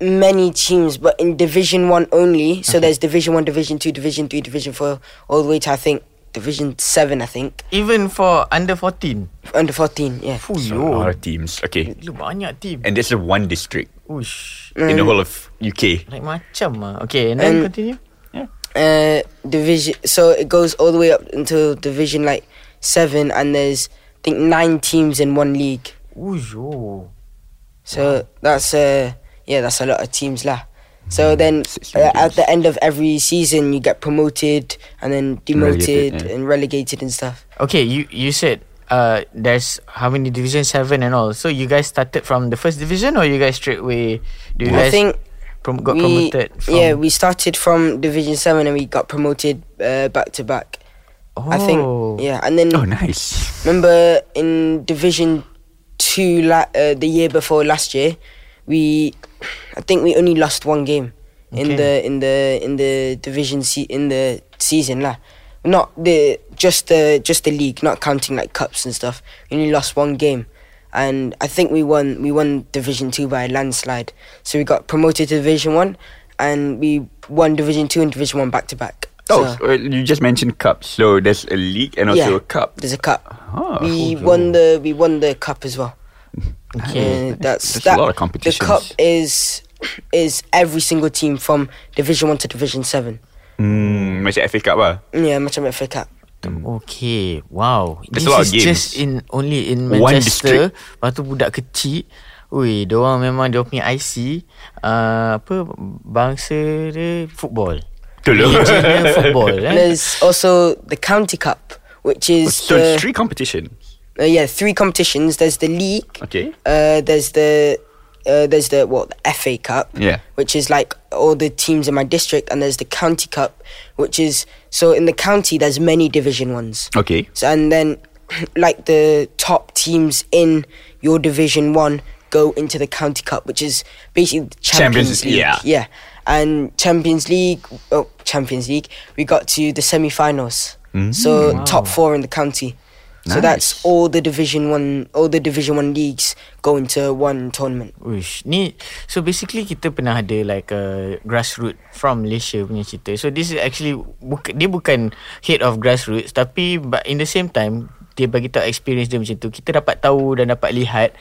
many teams, but in Division One only. So there's Division One, Division Two, Division Three, Division Four, all the way to I think Division Seven. I think
Even for under 14
under 14. Yeah.
Fuh
So, a lot
yo
of teams. Okay.
Lu banyak team
And that's the one district
Ush
in the
Mm.
whole of UK.
Like macam lah Okay and then
And-
continue
uh division so it goes all the way up until division like seven and there's i think nine teams in one league
Ush yo
so that's uh yeah that's a lot of teams lah so then
Sixteen
uh,
teams.
at the end of every season you get promoted and then
Relegated,
demoted
yeah.
and relegated and stuff
Okay you you said uh, There's how many division 7 and all So you guys started from the first division Or you guys straight away Do you guys
i think
prom- got
we,
promoted from
yeah we started from division seven and we got promoted uh, back to back I think
Oh.
yeah, and then
Oh, nice.
remember in Division Two la- uh, the year before last year, we I think we only lost one game in
Okay.
the in the in the division se- in the season lah. Not the just the just the league, not counting like cups and stuff. We only lost one game, and I think we won we won Division Two by a landslide. So we got promoted to Division One, and we won Division Two and Division One back to back.
Oh,
So-
so, uh, you just mentioned cups. So there's a league and also a cup.
there's a cup.
Ah,
we
cool.
won the we won the cup as well.
Okay.
Uh, that's
There's a
that,
lot of
The cup
competitions.
is is every single team from Division One to Division Seven.
Hmm, macam FA Cup lah.
Yeah, macam FA Cup.
Okay, wow.
Hmm. There's
this
a lot
is
of games.
just in only in
One
Manchester.
district.
Lepas tu budak kecil. Ui, diorang memang dia punya IC uh, apa bangsa dia football.
Betul lah. [LAUGHS]
Regional football eh.
And there's also the County Cup, which is
So
the,
it's three competitions.
uh, yeah three competitions. There's the league.
Okay.
Uh, there's the uh, there's the what the FA Cup.
Yeah.
Which is like all the teams in my district, and there's the County Cup, which is so in the county there's many Division ones.
Okay.
So, and then, [CLEARS THROAT] like the top teams in your Division One go into the County Cup, which is basically the
Champions-
Champions, League.
yeah.
yeah. And Champions League, oh Champions League, we got to the semi-finals. So top four in the county. So that's
Mm. Nice.
all the Division One, all the Division One leagues go into one tournament.
Uish, ni so basically kita pernah ada like a grassroots from Malaysia punya cerita. So this is actually buka, dia bukan head of grassroots tapi but in the same time dia bagi tahu experience dia macam tu. Kita dapat tahu dan dapat lihat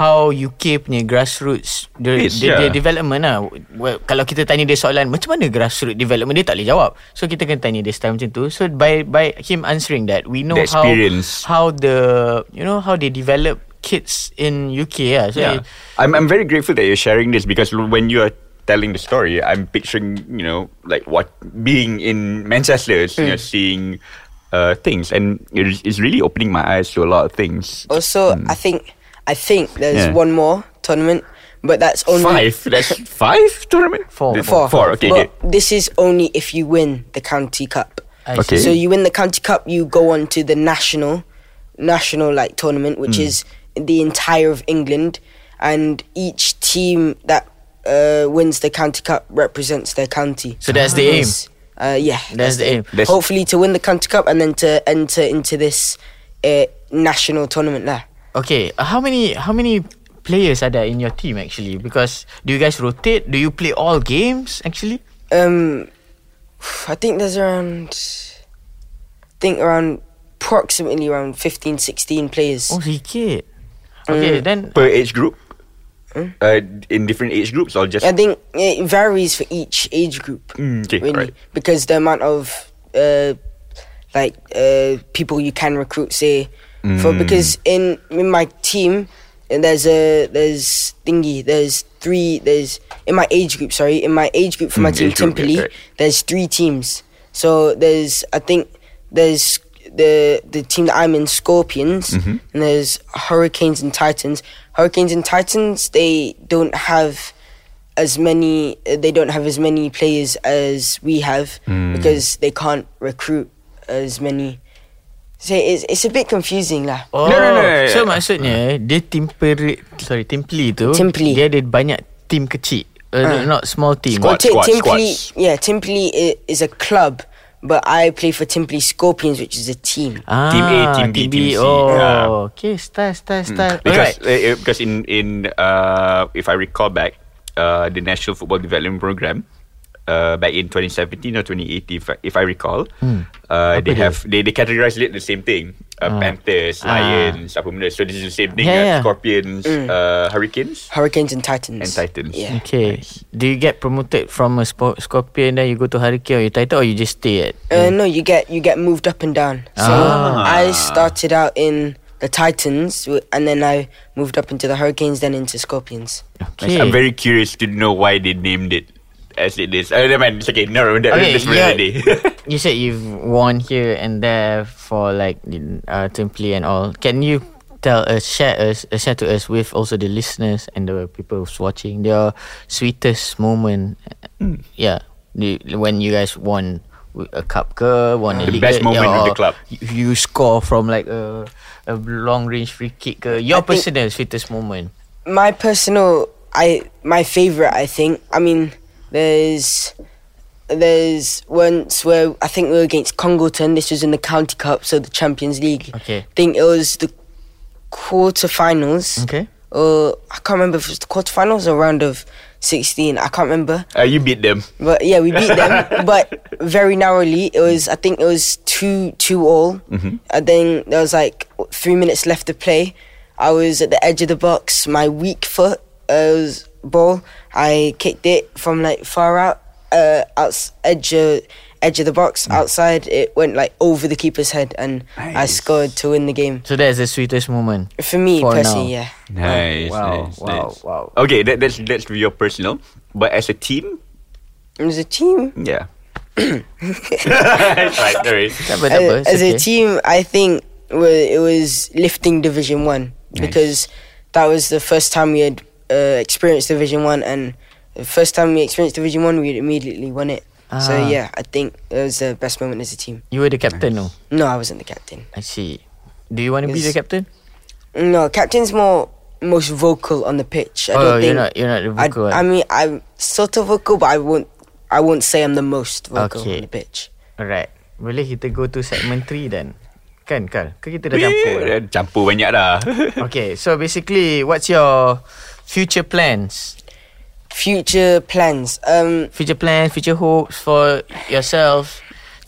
how UK punya grassroots dia
Yes,
dia, dia
yeah.
development lah. Well, kalau kita tanya dia soalan macam mana grassroots development dia tak boleh jawab. So kita kena tanya dia style macam tu. So by by him answering that we know
The
how
experience.
how the you know how they develop kids in UK lah. So
Yeah. I'm, I'm very grateful that you're sharing this because l- when you are telling the story, I'm picturing, you know, like what being in Manchester, you know, seeing uh, things. And it's, it's really opening my eyes to a lot of things.
Also, I think I think there's
Mm. Yeah.
one more tournament, but that's only
Five. That's five tournament?
Four.
The-
Four.
Four. Okay.
But
okay.
this is only if you win the county cup.
I see.
Okay.
So you win the county cup, you go on to the national, national like tournament, which
Mm.
is the entire of England, and each team that uh, wins the county cup represents their county.
So that's the aim.
Yes. Uh, yeah,
That's the aim.
That's-
Hopefully to win the county cup and then to enter into this uh, national tournament there.
Okay, uh, how many how many players are there in your team actually? Because do you guys rotate? Do you play all games actually?
Um, I think there's around, I think around approximately around 15, 16 players.
Oh, sikit. Okay,
Hmm.
then
Per age group? Uh, in different age groups or just.
I think it varies for each age group,
Mm, okay,
really,
alright.
because the amount of uh, like uh, people you can recruit, say,
Mm.
for because in in my team, and there's a there's thingy, there's three, there's in my age group, sorry, in my age group for my
Mm,
team
age group, yeah,
Timpoli,
correct.
there's three teams. So there's I think there's the the team that I'm in Scorpions
Mm-hmm.
and there's Hurricanes and Titans. Hurricanes and Titans they don't have as many uh, they don't have as many players as we have
Mm.
because they can't recruit as many. So it's it's a bit confusing lah.
Oh,
No, no, no, no,
so
no. Hmm.
maksudnya dia team peri, sorry, team play tu
Team Hmm. play.
dia ada banyak team kecil. Uh, not small team.
Squad.
Tim-
squads,
Timpoli,
squads.
yeah, Timpoli i- is a club, but I play for Timpoli Scorpions, which is a team.
Ah,
Team A, team B, team C.
Oh,
Yeah. Hmm,
okay, style, style, style.
Mm. Because
Alright.
uh, uh, because in in uh, if I recall back, uh, the National Football Development Program, uh, back in 2017 or 2018, if I, if I recall, uh, they
Hmm. dia?
have they they categorize it the same thing: uh, Panthers,
Ah.
Lions, apa benda. So this is the same thing:
Yeah,
uh,
yeah.
Scorpions,
Hmm.
uh, Hurricanes,
Hurricanes and Titans.
and Titans.
Yeah.
Okay. Do you get promoted from a spo- scorpion then you go to hurricane or you title or you just stay at?
Uh, no, you get you get moved up and down. So
Ah.
I started out in the Titans, w- and then I moved up into the Hurricanes, then into Scorpions.
Okay.
I'm very curious to know why they named it as it is. Oh, never mind. It's okay. No, no, that,
Okay,
that's for another day.
yeah. You said you've worn here and there for like in, uh, Timply and all. Can you tell us, share us, uh, share to us with also the listeners and the people who's
Hmm.
watching their sweetest moment? Yeah, the, when you guys won with a cup ke won a
The
league
best
ke,
moment of
or
the club.
You, you score from like a a long range free kick ke. Your
I think-
personal sweetest moment.
my personal I my favorite I think I mean there's there's once where I think we were against Congleton this was in the county cup so the Champions League
Okay.
I think it was the quarterfinals
Okay.
or I can't remember if it was the quarterfinals or round of 16 I can't remember
[LAUGHS] Uh, you beat them.
but yeah, we beat them, but very narrowly. It was I think it was two two all. Mm-hmm. And then there was like three minutes left to play. I was at the edge of the box. My weak foot uh, was ball. I kicked it from like far out, uh, outs edge of, edge of the box outside. It went like over the keeper's head, and I
Nice.
scored to win the game.
So that's the sweetest moment.
For me
For
personally,
now.
yeah.
Nice.
Oh, Wow,
nice,
wow,
nice.
wow.
Okay, that, that's that's your personal, but as a team,
It was a team.
yeah. That's [LAUGHS] right, there is.
Tak apa, tak apa,
as,
it's
as
okay.
a team, I think wa- it was lifting Division One because that was the first time we had uh, experienced Division One, and the first time we experienced Division One, we immediately won it. So
Ah.
yeah, I think it was the best moment as a team.
You were the captain, no?
No, I wasn't the captain.
I see. Do you want to be
Yes.
the captain?
No, captain's more most vocal on the pitch.
oh,
I don't
you're
think.
not. You're not the
I,
vocal.
I mean, I'm sort of vocal, but I won't. I won't say I'm the most vocal
Okay.
on the pitch.
Alright. Boleh kita go to segment 3 then? Kan, Kal? Ke kita dah campur?
Dah Campur banyak [LAUGHS] dah.
Okay, so basically, what's your future plans?
Future plans. Um,
Future plans, future hopes for yourself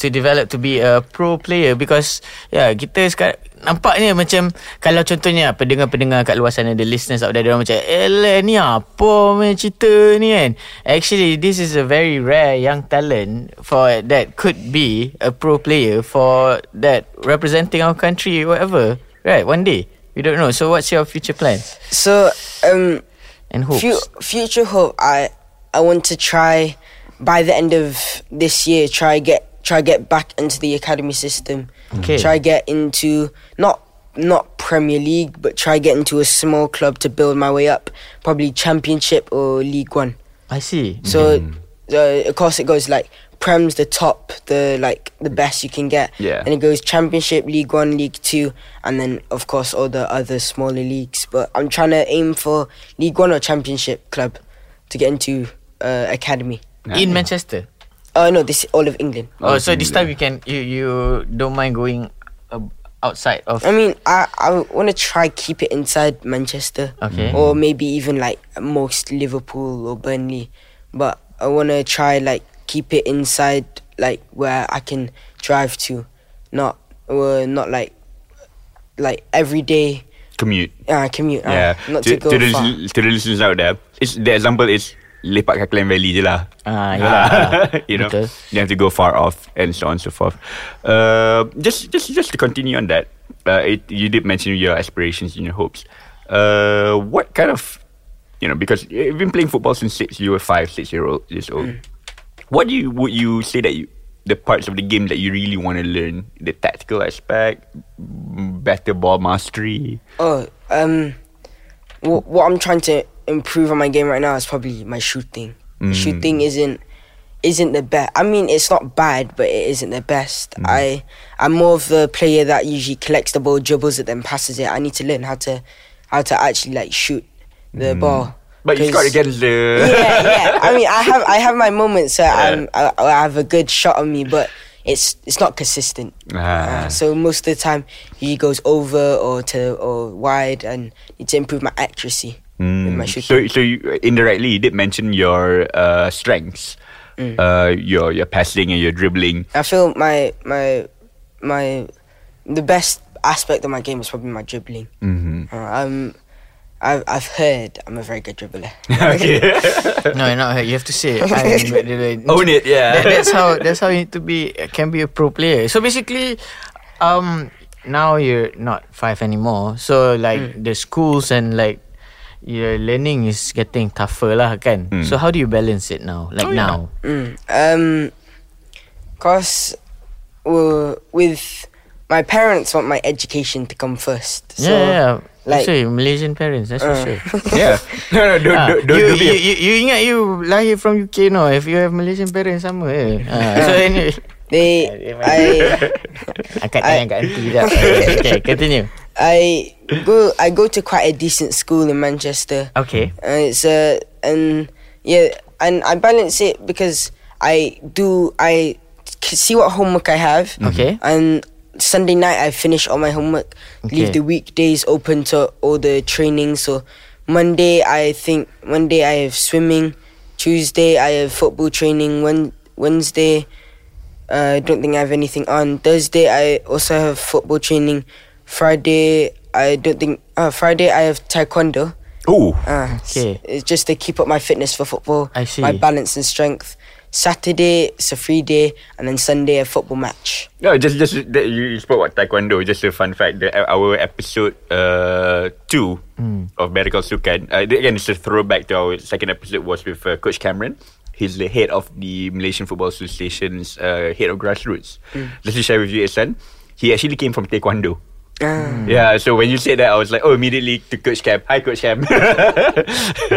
to develop to be a pro player because ya yeah, kita sekarang nampaknya macam kalau contohnya pendengar-pendengar kat luar sana the listeners out there dia macam eh ni apa punya cerita ni kan actually this is a very rare young talent for that could be a pro player for that representing our country whatever right one day we don't know so what's your future plans
so um,
and hopes
Fu- future hope. I I want to try by the end of this year. Try get try get back into the academy system.
Okay.
Try get into not not Premier League, but try get into a small club to build my way up. Probably Championship or League One.
I see
So uh, of course it goes like Prem's the top, the like the best you can get.
Yeah.
And it goes Championship, League One, League Two, and then of course all the other smaller leagues. But I'm trying to aim for League One or Championship club to get into uh, academy.
in Manchester
Oh no, this all of England.
Oh,
Oh,
so
so
this
you-
time you can you you don't mind going ab- outside of
I mean, I I want to try keep it inside Manchester,
Okay.
or maybe even like most Liverpool or Burnley, but I want to try like keep it inside like where I can drive to, not or not like like every day
Commute.
uh, commute. uh,
Yeah.
not to,
to,
go
to, the,
far.
lis- to the listeners out there, it's, the example is lepak kat Klang Valley je lah. [LAUGHS]
Ah,
Yeah
ya.
lah. you know,
Betul.
you have to go far off and so on and so forth. Uh, just, just, just to continue on that, uh, it, you did mention your aspirations and your hopes. Uh, what kind of, you know, because you've been playing football since six, you were five, six year old, years old.
Mm.
What do you would you say that you the parts of the game that you really want to learn, the tactical aspect, m- better ball mastery.
Oh, um, what, what I'm trying to improve on my game right now is probably my shooting. Shooting isn't isn't the best. I mean, it's not bad, but it isn't the best. I I'm more of the player that usually collects the ball, dribbles it, then passes it. I need to learn how to how to actually like shoot the ball.
But you scored
'Cause-
against the
yeah,
[LAUGHS]
yeah. I mean, I have I have my moments. So I'm, I, I have a good shot on me, but it's it's not consistent.
Ah.
Uh, so most of the time, he goes over or to or wide, and need to improve my accuracy with my
Mm.
shooting.
So, so you, indirectly, you did mention your uh, strengths,
Mm.
uh, your your passing and your dribbling. [LAUGHS]
I feel my my my the best aspect of my game is probably my dribbling.
Mm-hmm.
Uh, I'm. I've, I've heard I'm a very good dribbler.
[LAUGHS]
okay,
no, you're not. You have to say. it.
[LAUGHS]
I'm good at it.
own it. Yeah,
That, that's how that's how you need to be can be a pro player. So basically, um, now you're not five anymore. So
Hmm.
like the schools and like your learning is getting tougher lah, kan?
Mm.
So how do you balance it now? Like
Oh, yeah.
now,
Mm, um, cause uh, with my parents want my education to come first. So,
yeah, yeah. Like,
like-
Malaysian parents, that's for
Uh.
sure.
[LAUGHS]
yeah. No, no, don't,
Ah,
don't, don't,
you,
don't be
you, [LAUGHS] you, you ingat you lahir from UK no If you have Malaysian parents sama je eh? ah, So anyway
They, I,
Angkat tangan kat nanti sekejap Okay, okay continue
I go, I go to quite a decent school in Manchester.
Okay
Uh, it's uh, and yeah, and I balance it because I do I c- see what homework I have.
Mm-hmm. Okay.
And Sunday night I finish all my homework. Leave
Okay.
the weekdays open to all the training. So Monday I think Monday I have swimming. Tuesday I have football training. Wen- Wednesday uh, I don't think I have anything on. Thursday I also have football training. Friday I don't think uh, Friday I have taekwondo.
Oh,
Uh,
Okay.
okay. It's just to keep up my fitness for football.
I see.
My balance and strength. Saturday, it's a free day, and then Sunday, a football match.
no, just just that you, you spoke about taekwondo. Just a fun fact. The, our episode uh two of Medical Sukan. Uh, again, it's a throwback to our second episode was with uh, Coach Cameron. He's the head of the Malaysian Football Association's uh, head of grassroots. Just to share with you, Ihsan, he actually came from taekwondo.
Ah.
Yeah, so when you said that, I was like, oh, immediately to Coach Cam. Hi, Coach Cam. [LAUGHS]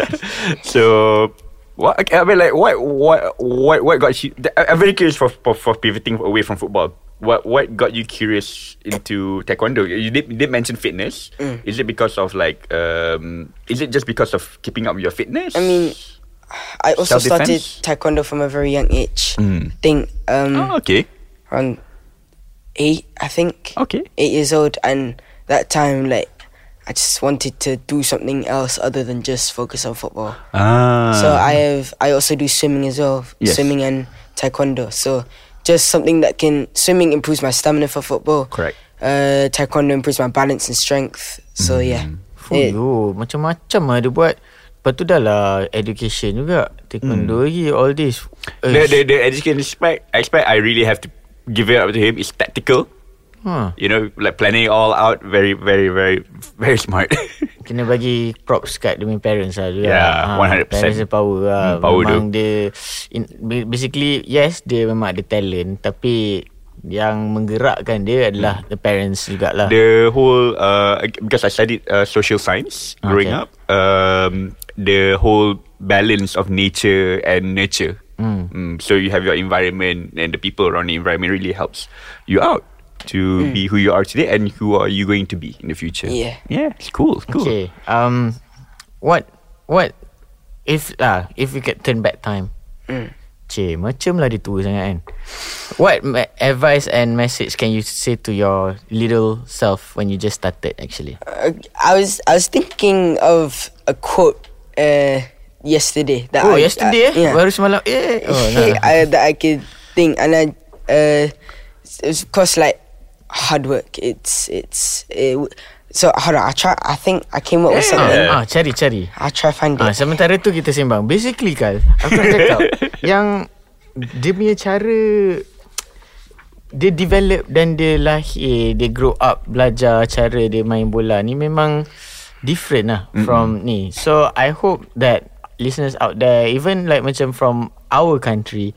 so, what? okay, I mean, like, what, what, what, what got you? th- I- I'm very curious for, for for pivoting away from football. What, what got you curious into taekwondo? You did, you did mention fitness.
Mm.
Is it because of like, um, is it just because of keeping up with your fitness?
I mean, I also started
Self-defense?
taekwondo from a very young age.
Mm.
think um,
oh, okay,
around eight, I think.
okay.
Eight years old, and that time, like, I just wanted to do something else other than just focus on football.
Ah,
So I have I also do swimming as well.
Yes.
Swimming and taekwondo. So just something that can swimming improves my stamina for football.
Correct.
Uh taekwondo improves my balance and strength. So
Mm-hmm.
yeah. It-
Fuyo Macam-macam lah dia buat Lepas tu dah lah Education juga Taekwondo lagi All this
the,
Eish.
the, the education aspect, aspect I really have to give it up to him is tactical.
Ha,
you know, like planning it all out. Very, very, very, [LAUGHS] very smart.
Kena bagi props kat Dia punya parents lah juga.
Yeah,
ha,
100%.
Parents dia power lah
Hmm, power
Memang dia in, ba- Basically Yes dia memang ada talent Tapi Yang menggerakkan dia Adalah the parents jugalah
the whole uh, because I studied uh, social science growing
Okay.
up. Um, the whole balance of nature and nurture. Mm. so you have your environment and the people around the environment really helps you out to be who you are today and who are you going to be in the future.
Yeah.
yeah, it's cool, it's cool.
Okay. Um, what what if lah if we could turn back time? Hmm.
Mm.
Cik, macam lah dia tua sangat kan. What ma- advice and message can you say to your little self when you just started actually?
Uh, I was I was thinking of a quote uh yesterday that
oh,
I,
yesterday eh?
I, yeah.
Baru semalam. Eh. Oh,
Shit,
nah.
[LAUGHS] I, that I could think and I uh it's- it's of course like hard work it's it's it, w- so hold on I try I think I came up with
Yeah.
something
Ah, ah, cari cari.
I'll try find it
Ah, sementara tu kita sembang. Basically Kal, aku nak cakap yang dia punya cara dia develop dan dia lahir, dia grow up, belajar cara dia main bola ni memang different lah mm-hmm. from ni. So I hope that listeners out there even like macam from our country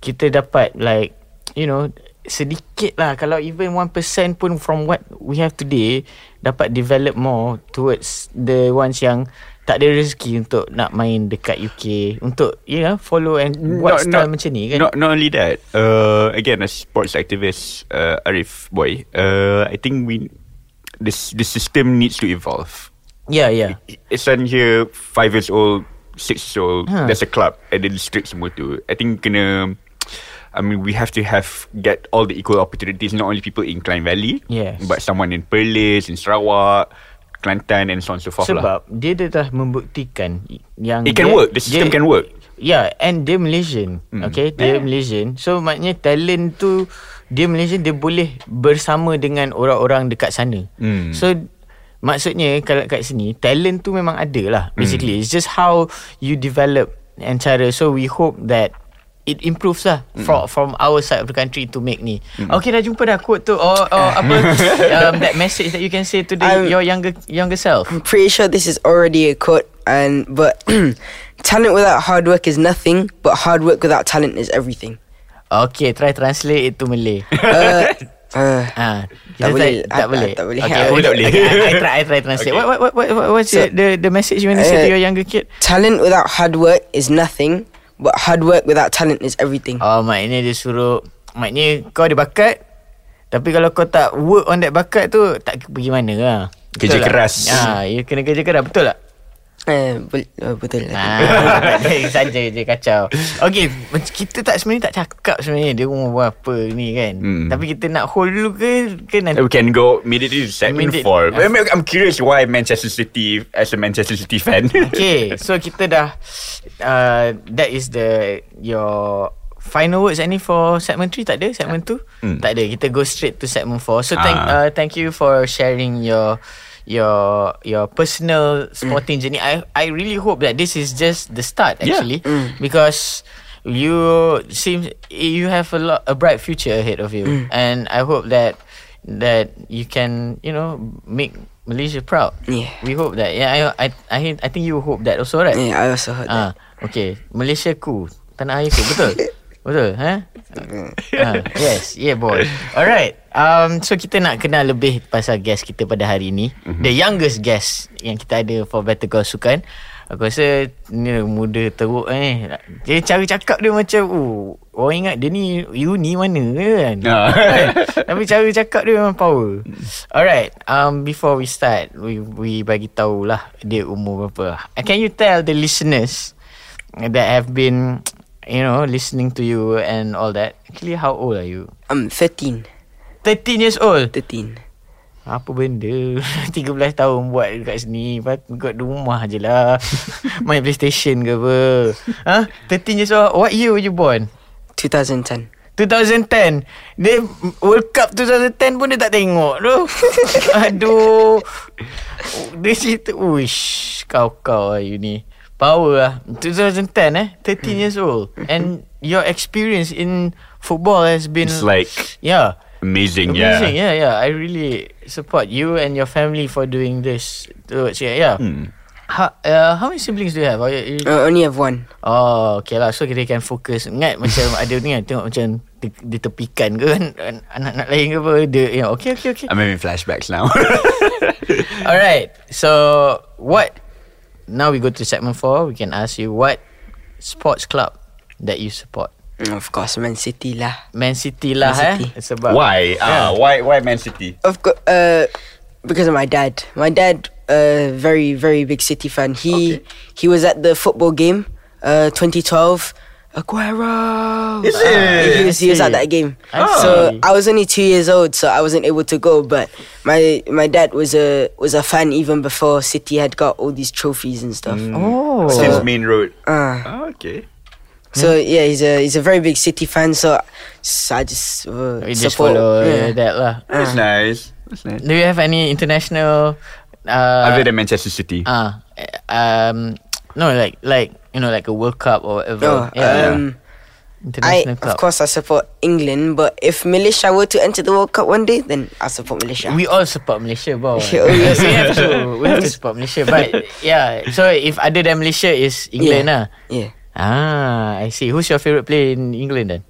kita dapat like you know sedikit lah kalau even 1% pun from what we have today dapat develop more towards the ones yang tak ada rezeki untuk nak main dekat UK untuk you know follow and buat style macam ni kan
Not, not only that, uh, again, as sports activist, uh, Arif boy, uh, I think we this the system needs to evolve.
yeah yeah
A son here, five years old, six years old,
Huh.
there's a club at the district semua tu. I think kena, I mean, we have to have get all the equal opportunities, not only people in Klang Valley,
Yes.
but someone in Perlis, in Sarawak, Kelantan, and so on and so forth lah.
sebab dia dah dah membuktikan i- yang
It can
dia,
work. The system can work.
Yeah, and dia Malaysian.
Hmm.
Okay, dia
Yeah.
Malaysian. So maknanya talent tu dia Malaysian dia boleh bersama dengan orang-orang dekat sana.
Hmm.
So maksudnya kalau kat sini talent tu memang ada lah.
Hmm.
Basically, it's just how you develop and cara. So we hope that it improves lah
Hmm.
from from our side of the country to make ni. Okay dah jumpa dah quote tu or, or
[LAUGHS]
apa um, that message that you can say to the,
I'm-
your younger younger self.
I'm pretty sure this is already a quote and but [CLEARS THROAT] talent without hard work is nothing but hard work without talent is everything
Okay, try translate it to
[LAUGHS]
Malay.
uh, uh,
Ah, kita
Tak boleh,
tak, tak
ah,
boleh.
tak boleh.
[LAUGHS]
Okay,
Ah,
okay,
tak boleh.
okay, I, I try, I try translate. What,
Okay.
what, what, what, what- what's
So-
the- the the message you want to say to your
Eh,
younger kid?
talent
Uh.
without hard work is nothing but hard work without talent is everything
Oh, maknanya dia suruh Maknanya kau ada bakat Tapi kalau kau tak work on that bakat tu Tak pergi mana lah
Kerja
lah.
keras.
ah, You kena kerja keras Betul tak?
Eh, bel- eh, betul lah.
[LAUGHS] Ah, saja je kacau Okay mac- Kita tak sebenarnya tak cakap sebenarnya Dia umur berapa ni kan
Hmm.
Tapi kita nak hold dulu ke Ke nanti
We can go immediately to segment
Immediate-
four. I mean, I'm curious why Manchester City as a Manchester City fan.
[LAUGHS] Okay So kita dah uh, That is the Your Final words any for segment 3 tak ada segment 2
Hmm.
tak ada kita go straight to segment 4 so thank
Ah.
uh, thank you for sharing your your your personal sporting journey I I really hope that this is just the start
Yeah.
actually because you seem you have a lot a bright future ahead of you and I hope that that you can you know make Malaysia proud
Yeah.
we hope that yeah I I I, I think you hope that also right
Yeah, I also heard that.
Ah, okay. Malaysia ku, tanah airku, betul? betul, ha? Ah, yes, yeah boy. Alright. Um so kita nak kenal lebih pasal guest kita pada hari ini. Mm-hmm. The youngest guest yang kita ada for Better Call Sukan. Aku rasa ni muda teruk eh. Dia cara cakap dia macam oh, orang ingat dia ni uni mana ke kan. [LAUGHS]
Ah.
Kan? Tapi cara cakap dia memang power. Alright, um before we start, we we bagi tahulah dia umur berapa. Can you tell the listeners that have been you know listening to you and all that? Actually how old are you?
I'm 13.
13 years old.
13.
Apa benda [LAUGHS] 13 tahun buat dekat sini Pat- Kat rumah je lah [LAUGHS] Main playstation ke apa ha? 13 years old What year were you born?
2010.
2010 Dia World Cup 2010 pun dia tak tengok tu [LAUGHS] Aduh Dia cerita Uish Kau-kau lah you ni Power lah 2010 eh 13 years old And your experience in football has been
It's like
Yeah
amazing,
Amazing
yeah.
yeah. yeah I really support you and your family for doing this towards yeah, yeah.
Hmm.
How, uh, how many siblings do you have? Are you, you-
I only have one.
Oh okay lah So kita can fokus Ingat
[LAUGHS]
macam ada ni kan Tengok macam di- Ditepikan ke kan an- Anak-anak lain ke apa Dia you know, Okay okay okay
I'm having
[LAUGHS]
flashbacks now.
Alright So What Now we go to segment 4 We can ask you What Sports club That you support
Mm, Of course, Man City lah.
Man City lah
Man City.
eh Sebab
why? Ah, why? Why Man City?
Of course, uh, because of my dad. My dad, uh, very, very big City fan. He he was at the football game, uh, 2012. Aguero. Ah,
Is
he
it?
was, he was
I
at
see.
that game.
I see.
So I was only two years old, so I wasn't able to go. But my my dad was a was a fan even before City had got all these trophies and stuff.
Mm.
Oh
Since Main Road.
Uh,
Ah, okay.
So
Mm.
yeah, he's a he's a very big City fan. So so I just uh,
We just
support.
follow yeah.
yeah.
that lah
That's nice. That's nice.
Do you have any international uh,
Other than Manchester City.
Ah, eh, um, no, like like you know, like a World Cup or
No,
whatever. yeah,
um, I
international cup.
of course I support England, but if Malaysia were to enter the World Cup one day, then I support Malaysia.
We all support Malaysia, boy.
[LAUGHS] Yeah, we all
we have to, we have to support Malaysia. But yeah, so if other than Malaysia is England, yeah.
yeah. yeah,
ah, I see. Who's your favorite player in England then?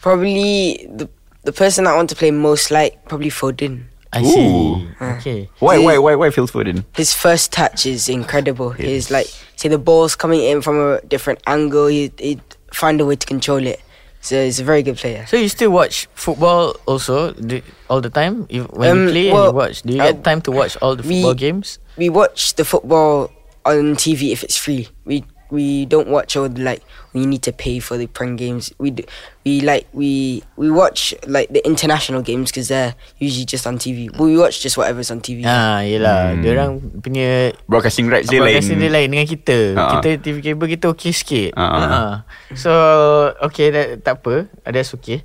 probably the the person I want to play most like probably Foden.
I see.
Ooh.
Ah.
Okay.
Why? Why? Why? Why Phil Foden?
His first touch is incredible. He's like say the ball's coming in from a different angle. He he find a way to control it. So he's a very good player.
So you still watch football also do, all the time? If, when
Um,
you play and
well,
you watch, do you
uh,
get time to watch all the
we-
football games?
we watch the football on TV if it's free. We we don't watch all the like we need to pay for the prem games. We d we like we we watch like the international games because they're usually just on TV. But we watch just whatever's on TV.
Ah, yelah.
Hmm.
Hmm. Diorang punya
Broadcasting rights dia lain.
Broadcasting dia lain dengan kita
Ha.
Kita TV cable kita okey sikit
Ha.
Ha. So Okay that, tak apa That's okay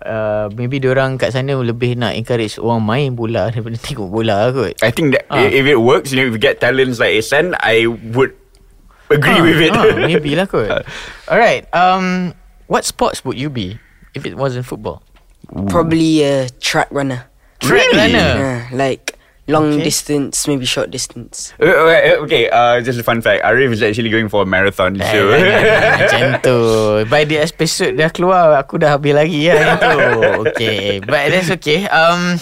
Uh, maybe orang kat sana lebih nak encourage orang main bola [LAUGHS] daripada tengok bola lah kot.
I think that
Ah.
if it works, you know, if we get talents like Asen, I would [LAUGHS] agree
Ah,
with it. Ha. Uh,
ah, maybe lah
[LAUGHS]
kot. Alright, um, what sports would you be if it wasn't football?
Probably a track runner.
Track
Really?
runner.
Yeah, like long
Okay.
distance, maybe short distance.
Uh, uh, Okay, uh, just a fun fact. Arif is actually going for a marathon.
Eh,
So. [LAUGHS]
jangan Macam tu By the episode dah keluar Aku dah habis lagi lah Yang tu Okay But that's okay um,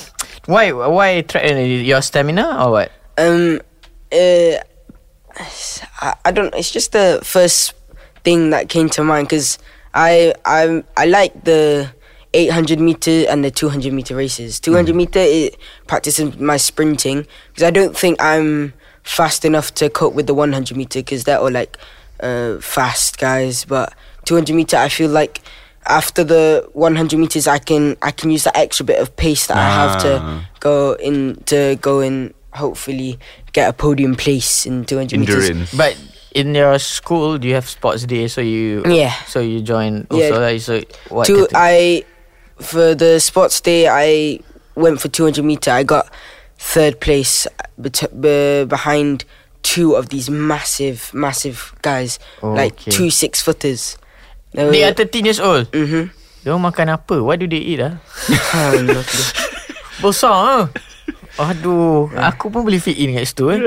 Why Why try Your stamina or what
Um, uh, I, I don't. It's just the first thing that came to mind because I I I like the 800 meter and the 200 meter races. 200 meter, it practices my sprinting because I don't think I'm fast enough to cope with the 100 meter because they're all like uh, fast guys. But 200 meter, I feel like after the 100 meters, I can I can use that extra bit of pace that I have
Ah.
to go in to go and hopefully get a podium place in 200 meters.
Endurance.
But in your school, do you have sports day? So you
Yeah.
So you join
Yeah.
also. Yeah. So what?
Two,
category?
I for the sports day I went for 200 meter. I got third place bet- be- behind two of these massive, massive guys,
Oh,
like
okay.
two six footers.
they are 13 years old. [LAUGHS]
Mhm.
They all makan apa? What do they eat ah?
Oh, lovely.
Besar ah. [LAUGHS] Aduh, aku pun boleh fit in kat situ eh.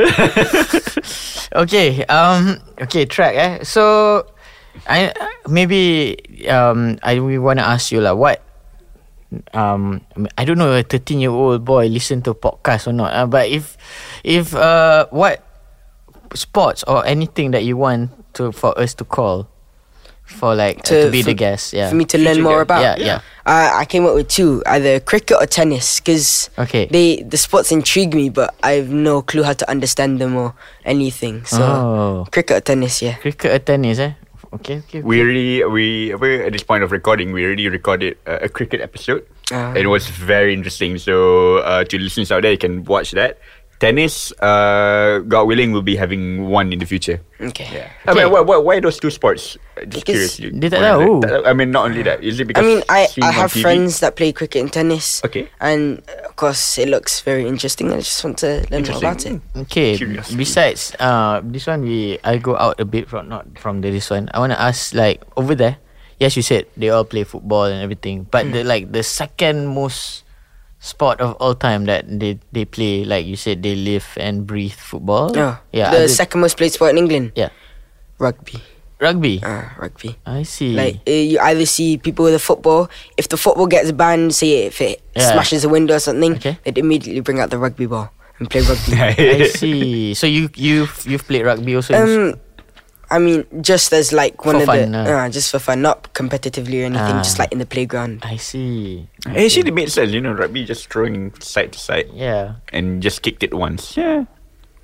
okay, um okay, track eh. So I maybe um I we want to ask you lah what um I don't know a 13 year old boy listen to podcast or not uh, but if if uh what sports or anything that you want to for us to call for like uh, to,
To-
to be the
for-
guest yeah
for me to learn
Future
more
game.
about.
Yeah, yeah.
Uh, I came up with two, either cricket or tennis, because
Okay.
they the sports intrigue me, but I have no clue how to understand them or anything. So
Oh.
cricket or tennis, yeah.
cricket or tennis eh okay okay
We already we we at this point of recording we already recorded uh, a cricket episode
Ah.
and it was very interesting. So uh, to listeners out there, you can watch that. Tennis, uh, God willing, we'll be having one in the future.
Okay.
Yeah.
Okay.
I mean, why, why, why those two sports? Uh, Just
Because
curious. you-
Dia tak
why
tahu.
that? I mean, not only that. Is it
I
because
mean, I,
seen
I
on
have
TV?
friends that play cricket and tennis.
Okay.
And uh, of course, it looks very interesting. I just want to learn more
Interesting.
about
[LAUGHS]
it.
Okay.
Curiosity.
Besides, uh, this one we I go out a bit from not from the, this one. I wanna ask like over there. Yes, you said they all play football and everything, but
Hmm.
the like the second most sport of all time that they they play like you said they live and breathe football.
No.
Yeah. other-
The second most played sport in England.
Yeah.
Rugby.
Rugby.
Uh, rugby.
I see.
Like uh, you either see people with a football. If the football gets banned, say if it
Yeah.
smashes a window or something,
Okay.
they'd immediately bring out the rugby ball and play
[LAUGHS]
rugby.
I
[LAUGHS]
see. So you you you've played rugby also. in s-
um, I mean, just as like one
For
of
fun,
the
uh.
uh, just for fun, not competitively or anything,
Ah.
just like in the playground.
I see.
Actually, it made sense. You know, rugby just throwing side to side
Yeah.
and just kicked it once. Yeah.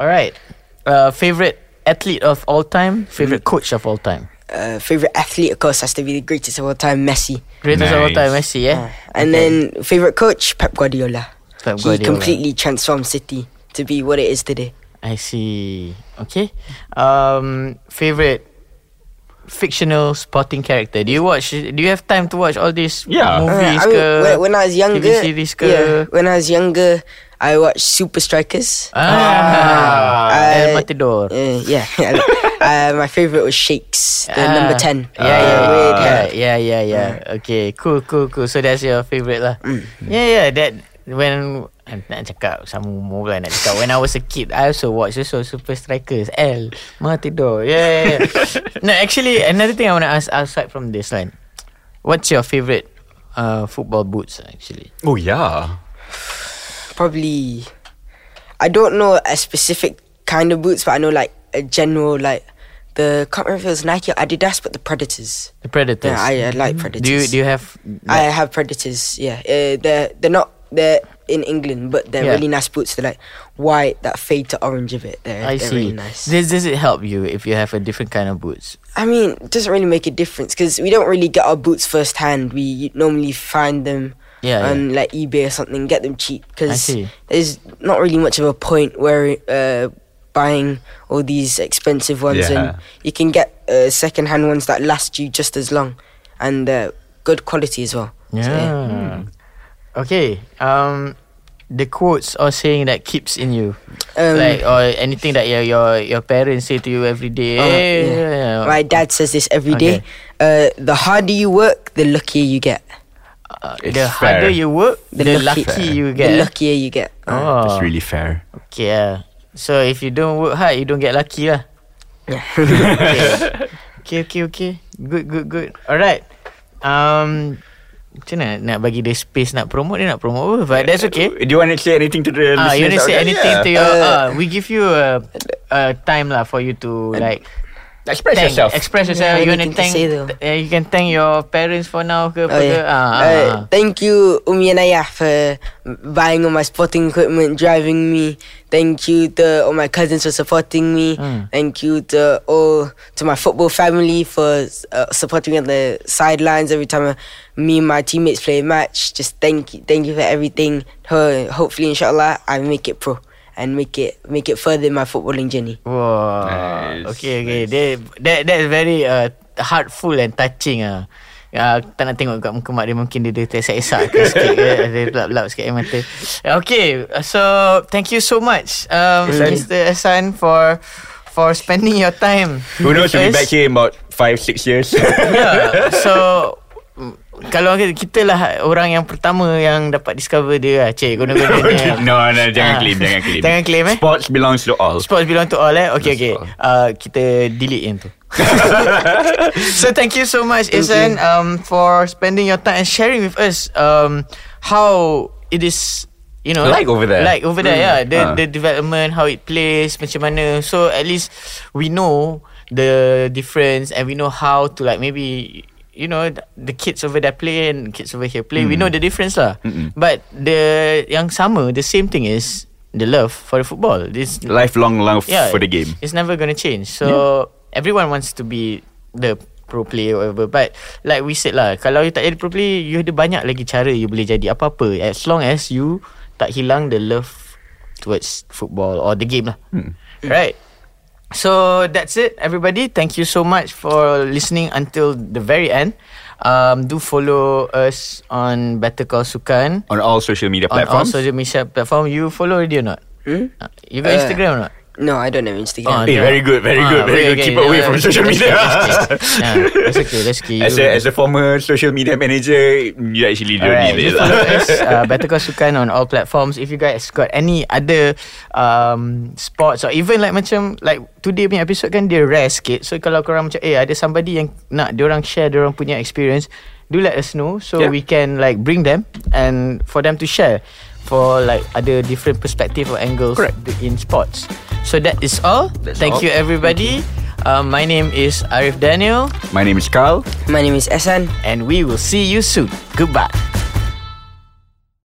All right. Uh, favorite athlete of all time. Favorite
Hmm.
coach of all time.
Uh, favorite athlete, of course, has to be the greatest of all time, Messi.
Greatest of all
Nice.
time, Messi, eh?
Uh, and then favorite coach, Pep Guardiola.
Pep
He
Guardiola.
completely transformed City to be what it is today.
I see. Okay. Um, favorite fictional sporting character. Do you watch? Do you have time to watch all these
Yeah. Uh,
Uh,
movies?
I mean,
ke,
when, when I was younger,
TV series ke?
yeah, when I was younger, I watched Super Strikers.
Ah,
I-
El Ah. Matador.
Ah. Uh, yeah, [LAUGHS] uh, my favorite was Shakes, the
Ah,
number ten.
Yeah, yeah,
Uh,
yeah,
with,
yeah,
uh,
yeah, yeah, yeah. Okay, cool, cool, cool. So that's your favorite lah.
Mm.
Yeah, yeah. That when I nak cakap sama umur pula nak cakap. When I was a kid, I also watched also Super Strikers, L, Matador. Yeah, yeah, yeah.
[LAUGHS]
no, actually, another thing I want to ask outside from this line, what's your favorite uh, football boots actually?
Oh yeah.
probably. I don't know a specific kind of boots, but I know like a general like the can't remember if it was Nike or Adidas, but the Predators.
The Predators. Mm-hmm.
Yeah, I, I like Predators.
do you do you have?
I have Predators. Yeah, uh, they're they're not they're in England, but they're
Yeah.
really nice boots. They're like white, that fade to orange of it. They're,
I
they're
see.
really nice.
Does does it help you if you have a different kind of boots?
I mean, it doesn't really make a difference because we don't really get our boots firsthand. We normally find them
Yeah,
on like eBay or something, get them cheap because
see.
there's not really much of a point where uh, buying all these expensive ones,
Yeah.
and you can get uh, second-hand ones that last you just as long and uh, good quality as well. So,
Yeah. Hmm. Okay. Um, the quotes or saying that keeps in you,
Um,
like or anything that your your your parents say to you every day.
Uh,
Eh,
yeah.
yeah, yeah.
My dad says this every day. Uh, the harder you work, the luckier you get.
Uh,
It's
the harder
fair.
you work, the,
The
lucky,
lucky-
you
The
get.
luckier you get. Uh,
oh,
That's really fair.
okay. Yeah. So if you don't work hard, you don't get lucky lah. [LAUGHS] okay, okay, okay. Good, good, good. Alright. Um, macam mana nak bagi dia space nak promote dia nak promote apa? But that's okay.
Do you want to say anything to the
Ah,
listeners?
you want to uh,
out
say
there?
anything
Yeah.
to your?
Uh,
Uh, we give you a, a time lah for you to like
Express
thank,
yourself.
Express yourself.
Yeah,
you want to
anything to
thank,
say though.
uh, you can thank your parents for now ke apa
Oh,
ke.
yeah.
Ah, ah,
Uh,
ah.
thank you, Umi and Ayah, for buying all my sporting equipment, driving me. Thank you to all my cousins for supporting me.
Mm.
Thank you to all to my football family for uh, supporting me on the sidelines every time uh, me and my teammates play a match. Just thank you, thank you for everything. Ho- Hopefully, inshallah, I make it pro and make it make it further in my footballing journey.
Wow.
Nice,
Okay, okay.
nice.
Dia, that that is very uh, heartful and touching ah. Uh, tak nak tengok kat muka mak dia Mungkin dia, dia tersesak-esak
[LAUGHS]
ke sikit eh. Dia belap-belap sikit air mata Okay So Thank you so much um,
Hassan.
Mr. Hassan For For spending your time
Who knows? We'll be
Because-
back here in about five, six years.
[LAUGHS] yeah. So mm, kalau kita, kita lah orang yang pertama yang dapat discover dia lah. Cik,
[LAUGHS]
guna-guna dia.
no, no,
Ah.
jangan claim, jangan claim.
Jangan claim, eh?
Sports belongs to all.
Sports belong to all eh Okay okay
Yes, all.
uh, Kita delete yang
[LAUGHS]
tu So thank you so much Izan um, For spending your time And sharing with us um, How it is You know
Like over there.
Like over there
Mm.
yeah The
Ah.
the development How it plays Macam mana So at least We know The difference And we know how to like Maybe You know th- The kids over there play And kids over here play We
Hmm.
know the difference lah But the Yang sama The same thing is The love for the football This
Lifelong love
yeah,
for the game.
It's never gonna change. So everyone wants to be the pro player or whatever. But like we said lah, kalau you tak jadi pro player, you ada banyak lagi cara you boleh jadi apa-apa. As long as you tak hilang the love towards football or the game lah. Right. So that's it, everybody. Thank you so much for listening until the very end. Um, do follow us on Better Call Sukan
On all social media
on all
platforms.
social media platform. You follow already or not?
Hmm?
Uh, You got
Uh,
Instagram or not?
No, I don't have
Oh,
Instagram.
Eh,
Yeah.
very good, very
Ah,
good, very
okay, okay,
good. Keep away
yeah,
from social
that's
media.
good, that's good. Yeah, that's okay, that's okay.
[LAUGHS] As
You-
a, as a former social media manager, you actually don't
Alright,
need
you
it.
follow [LAUGHS]
lah. [LAUGHS]
us, uh, Better Call Sukan on all platforms. If you guys got any other um, sports or even like macam like today punya episode kan dia rare sikit. So kalau korang macam eh ada somebody yang nak diorang share diorang punya experience, do let us know so
Yeah.
we can like bring them and for them to share for like other different perspective or angles
Correct.
in sports. So that is all.
That's
Thank
all.
you everybody. Um, my name is Arif Daniel
My name is Carl.
My name is Esan.
and we will see you soon. Goodbye.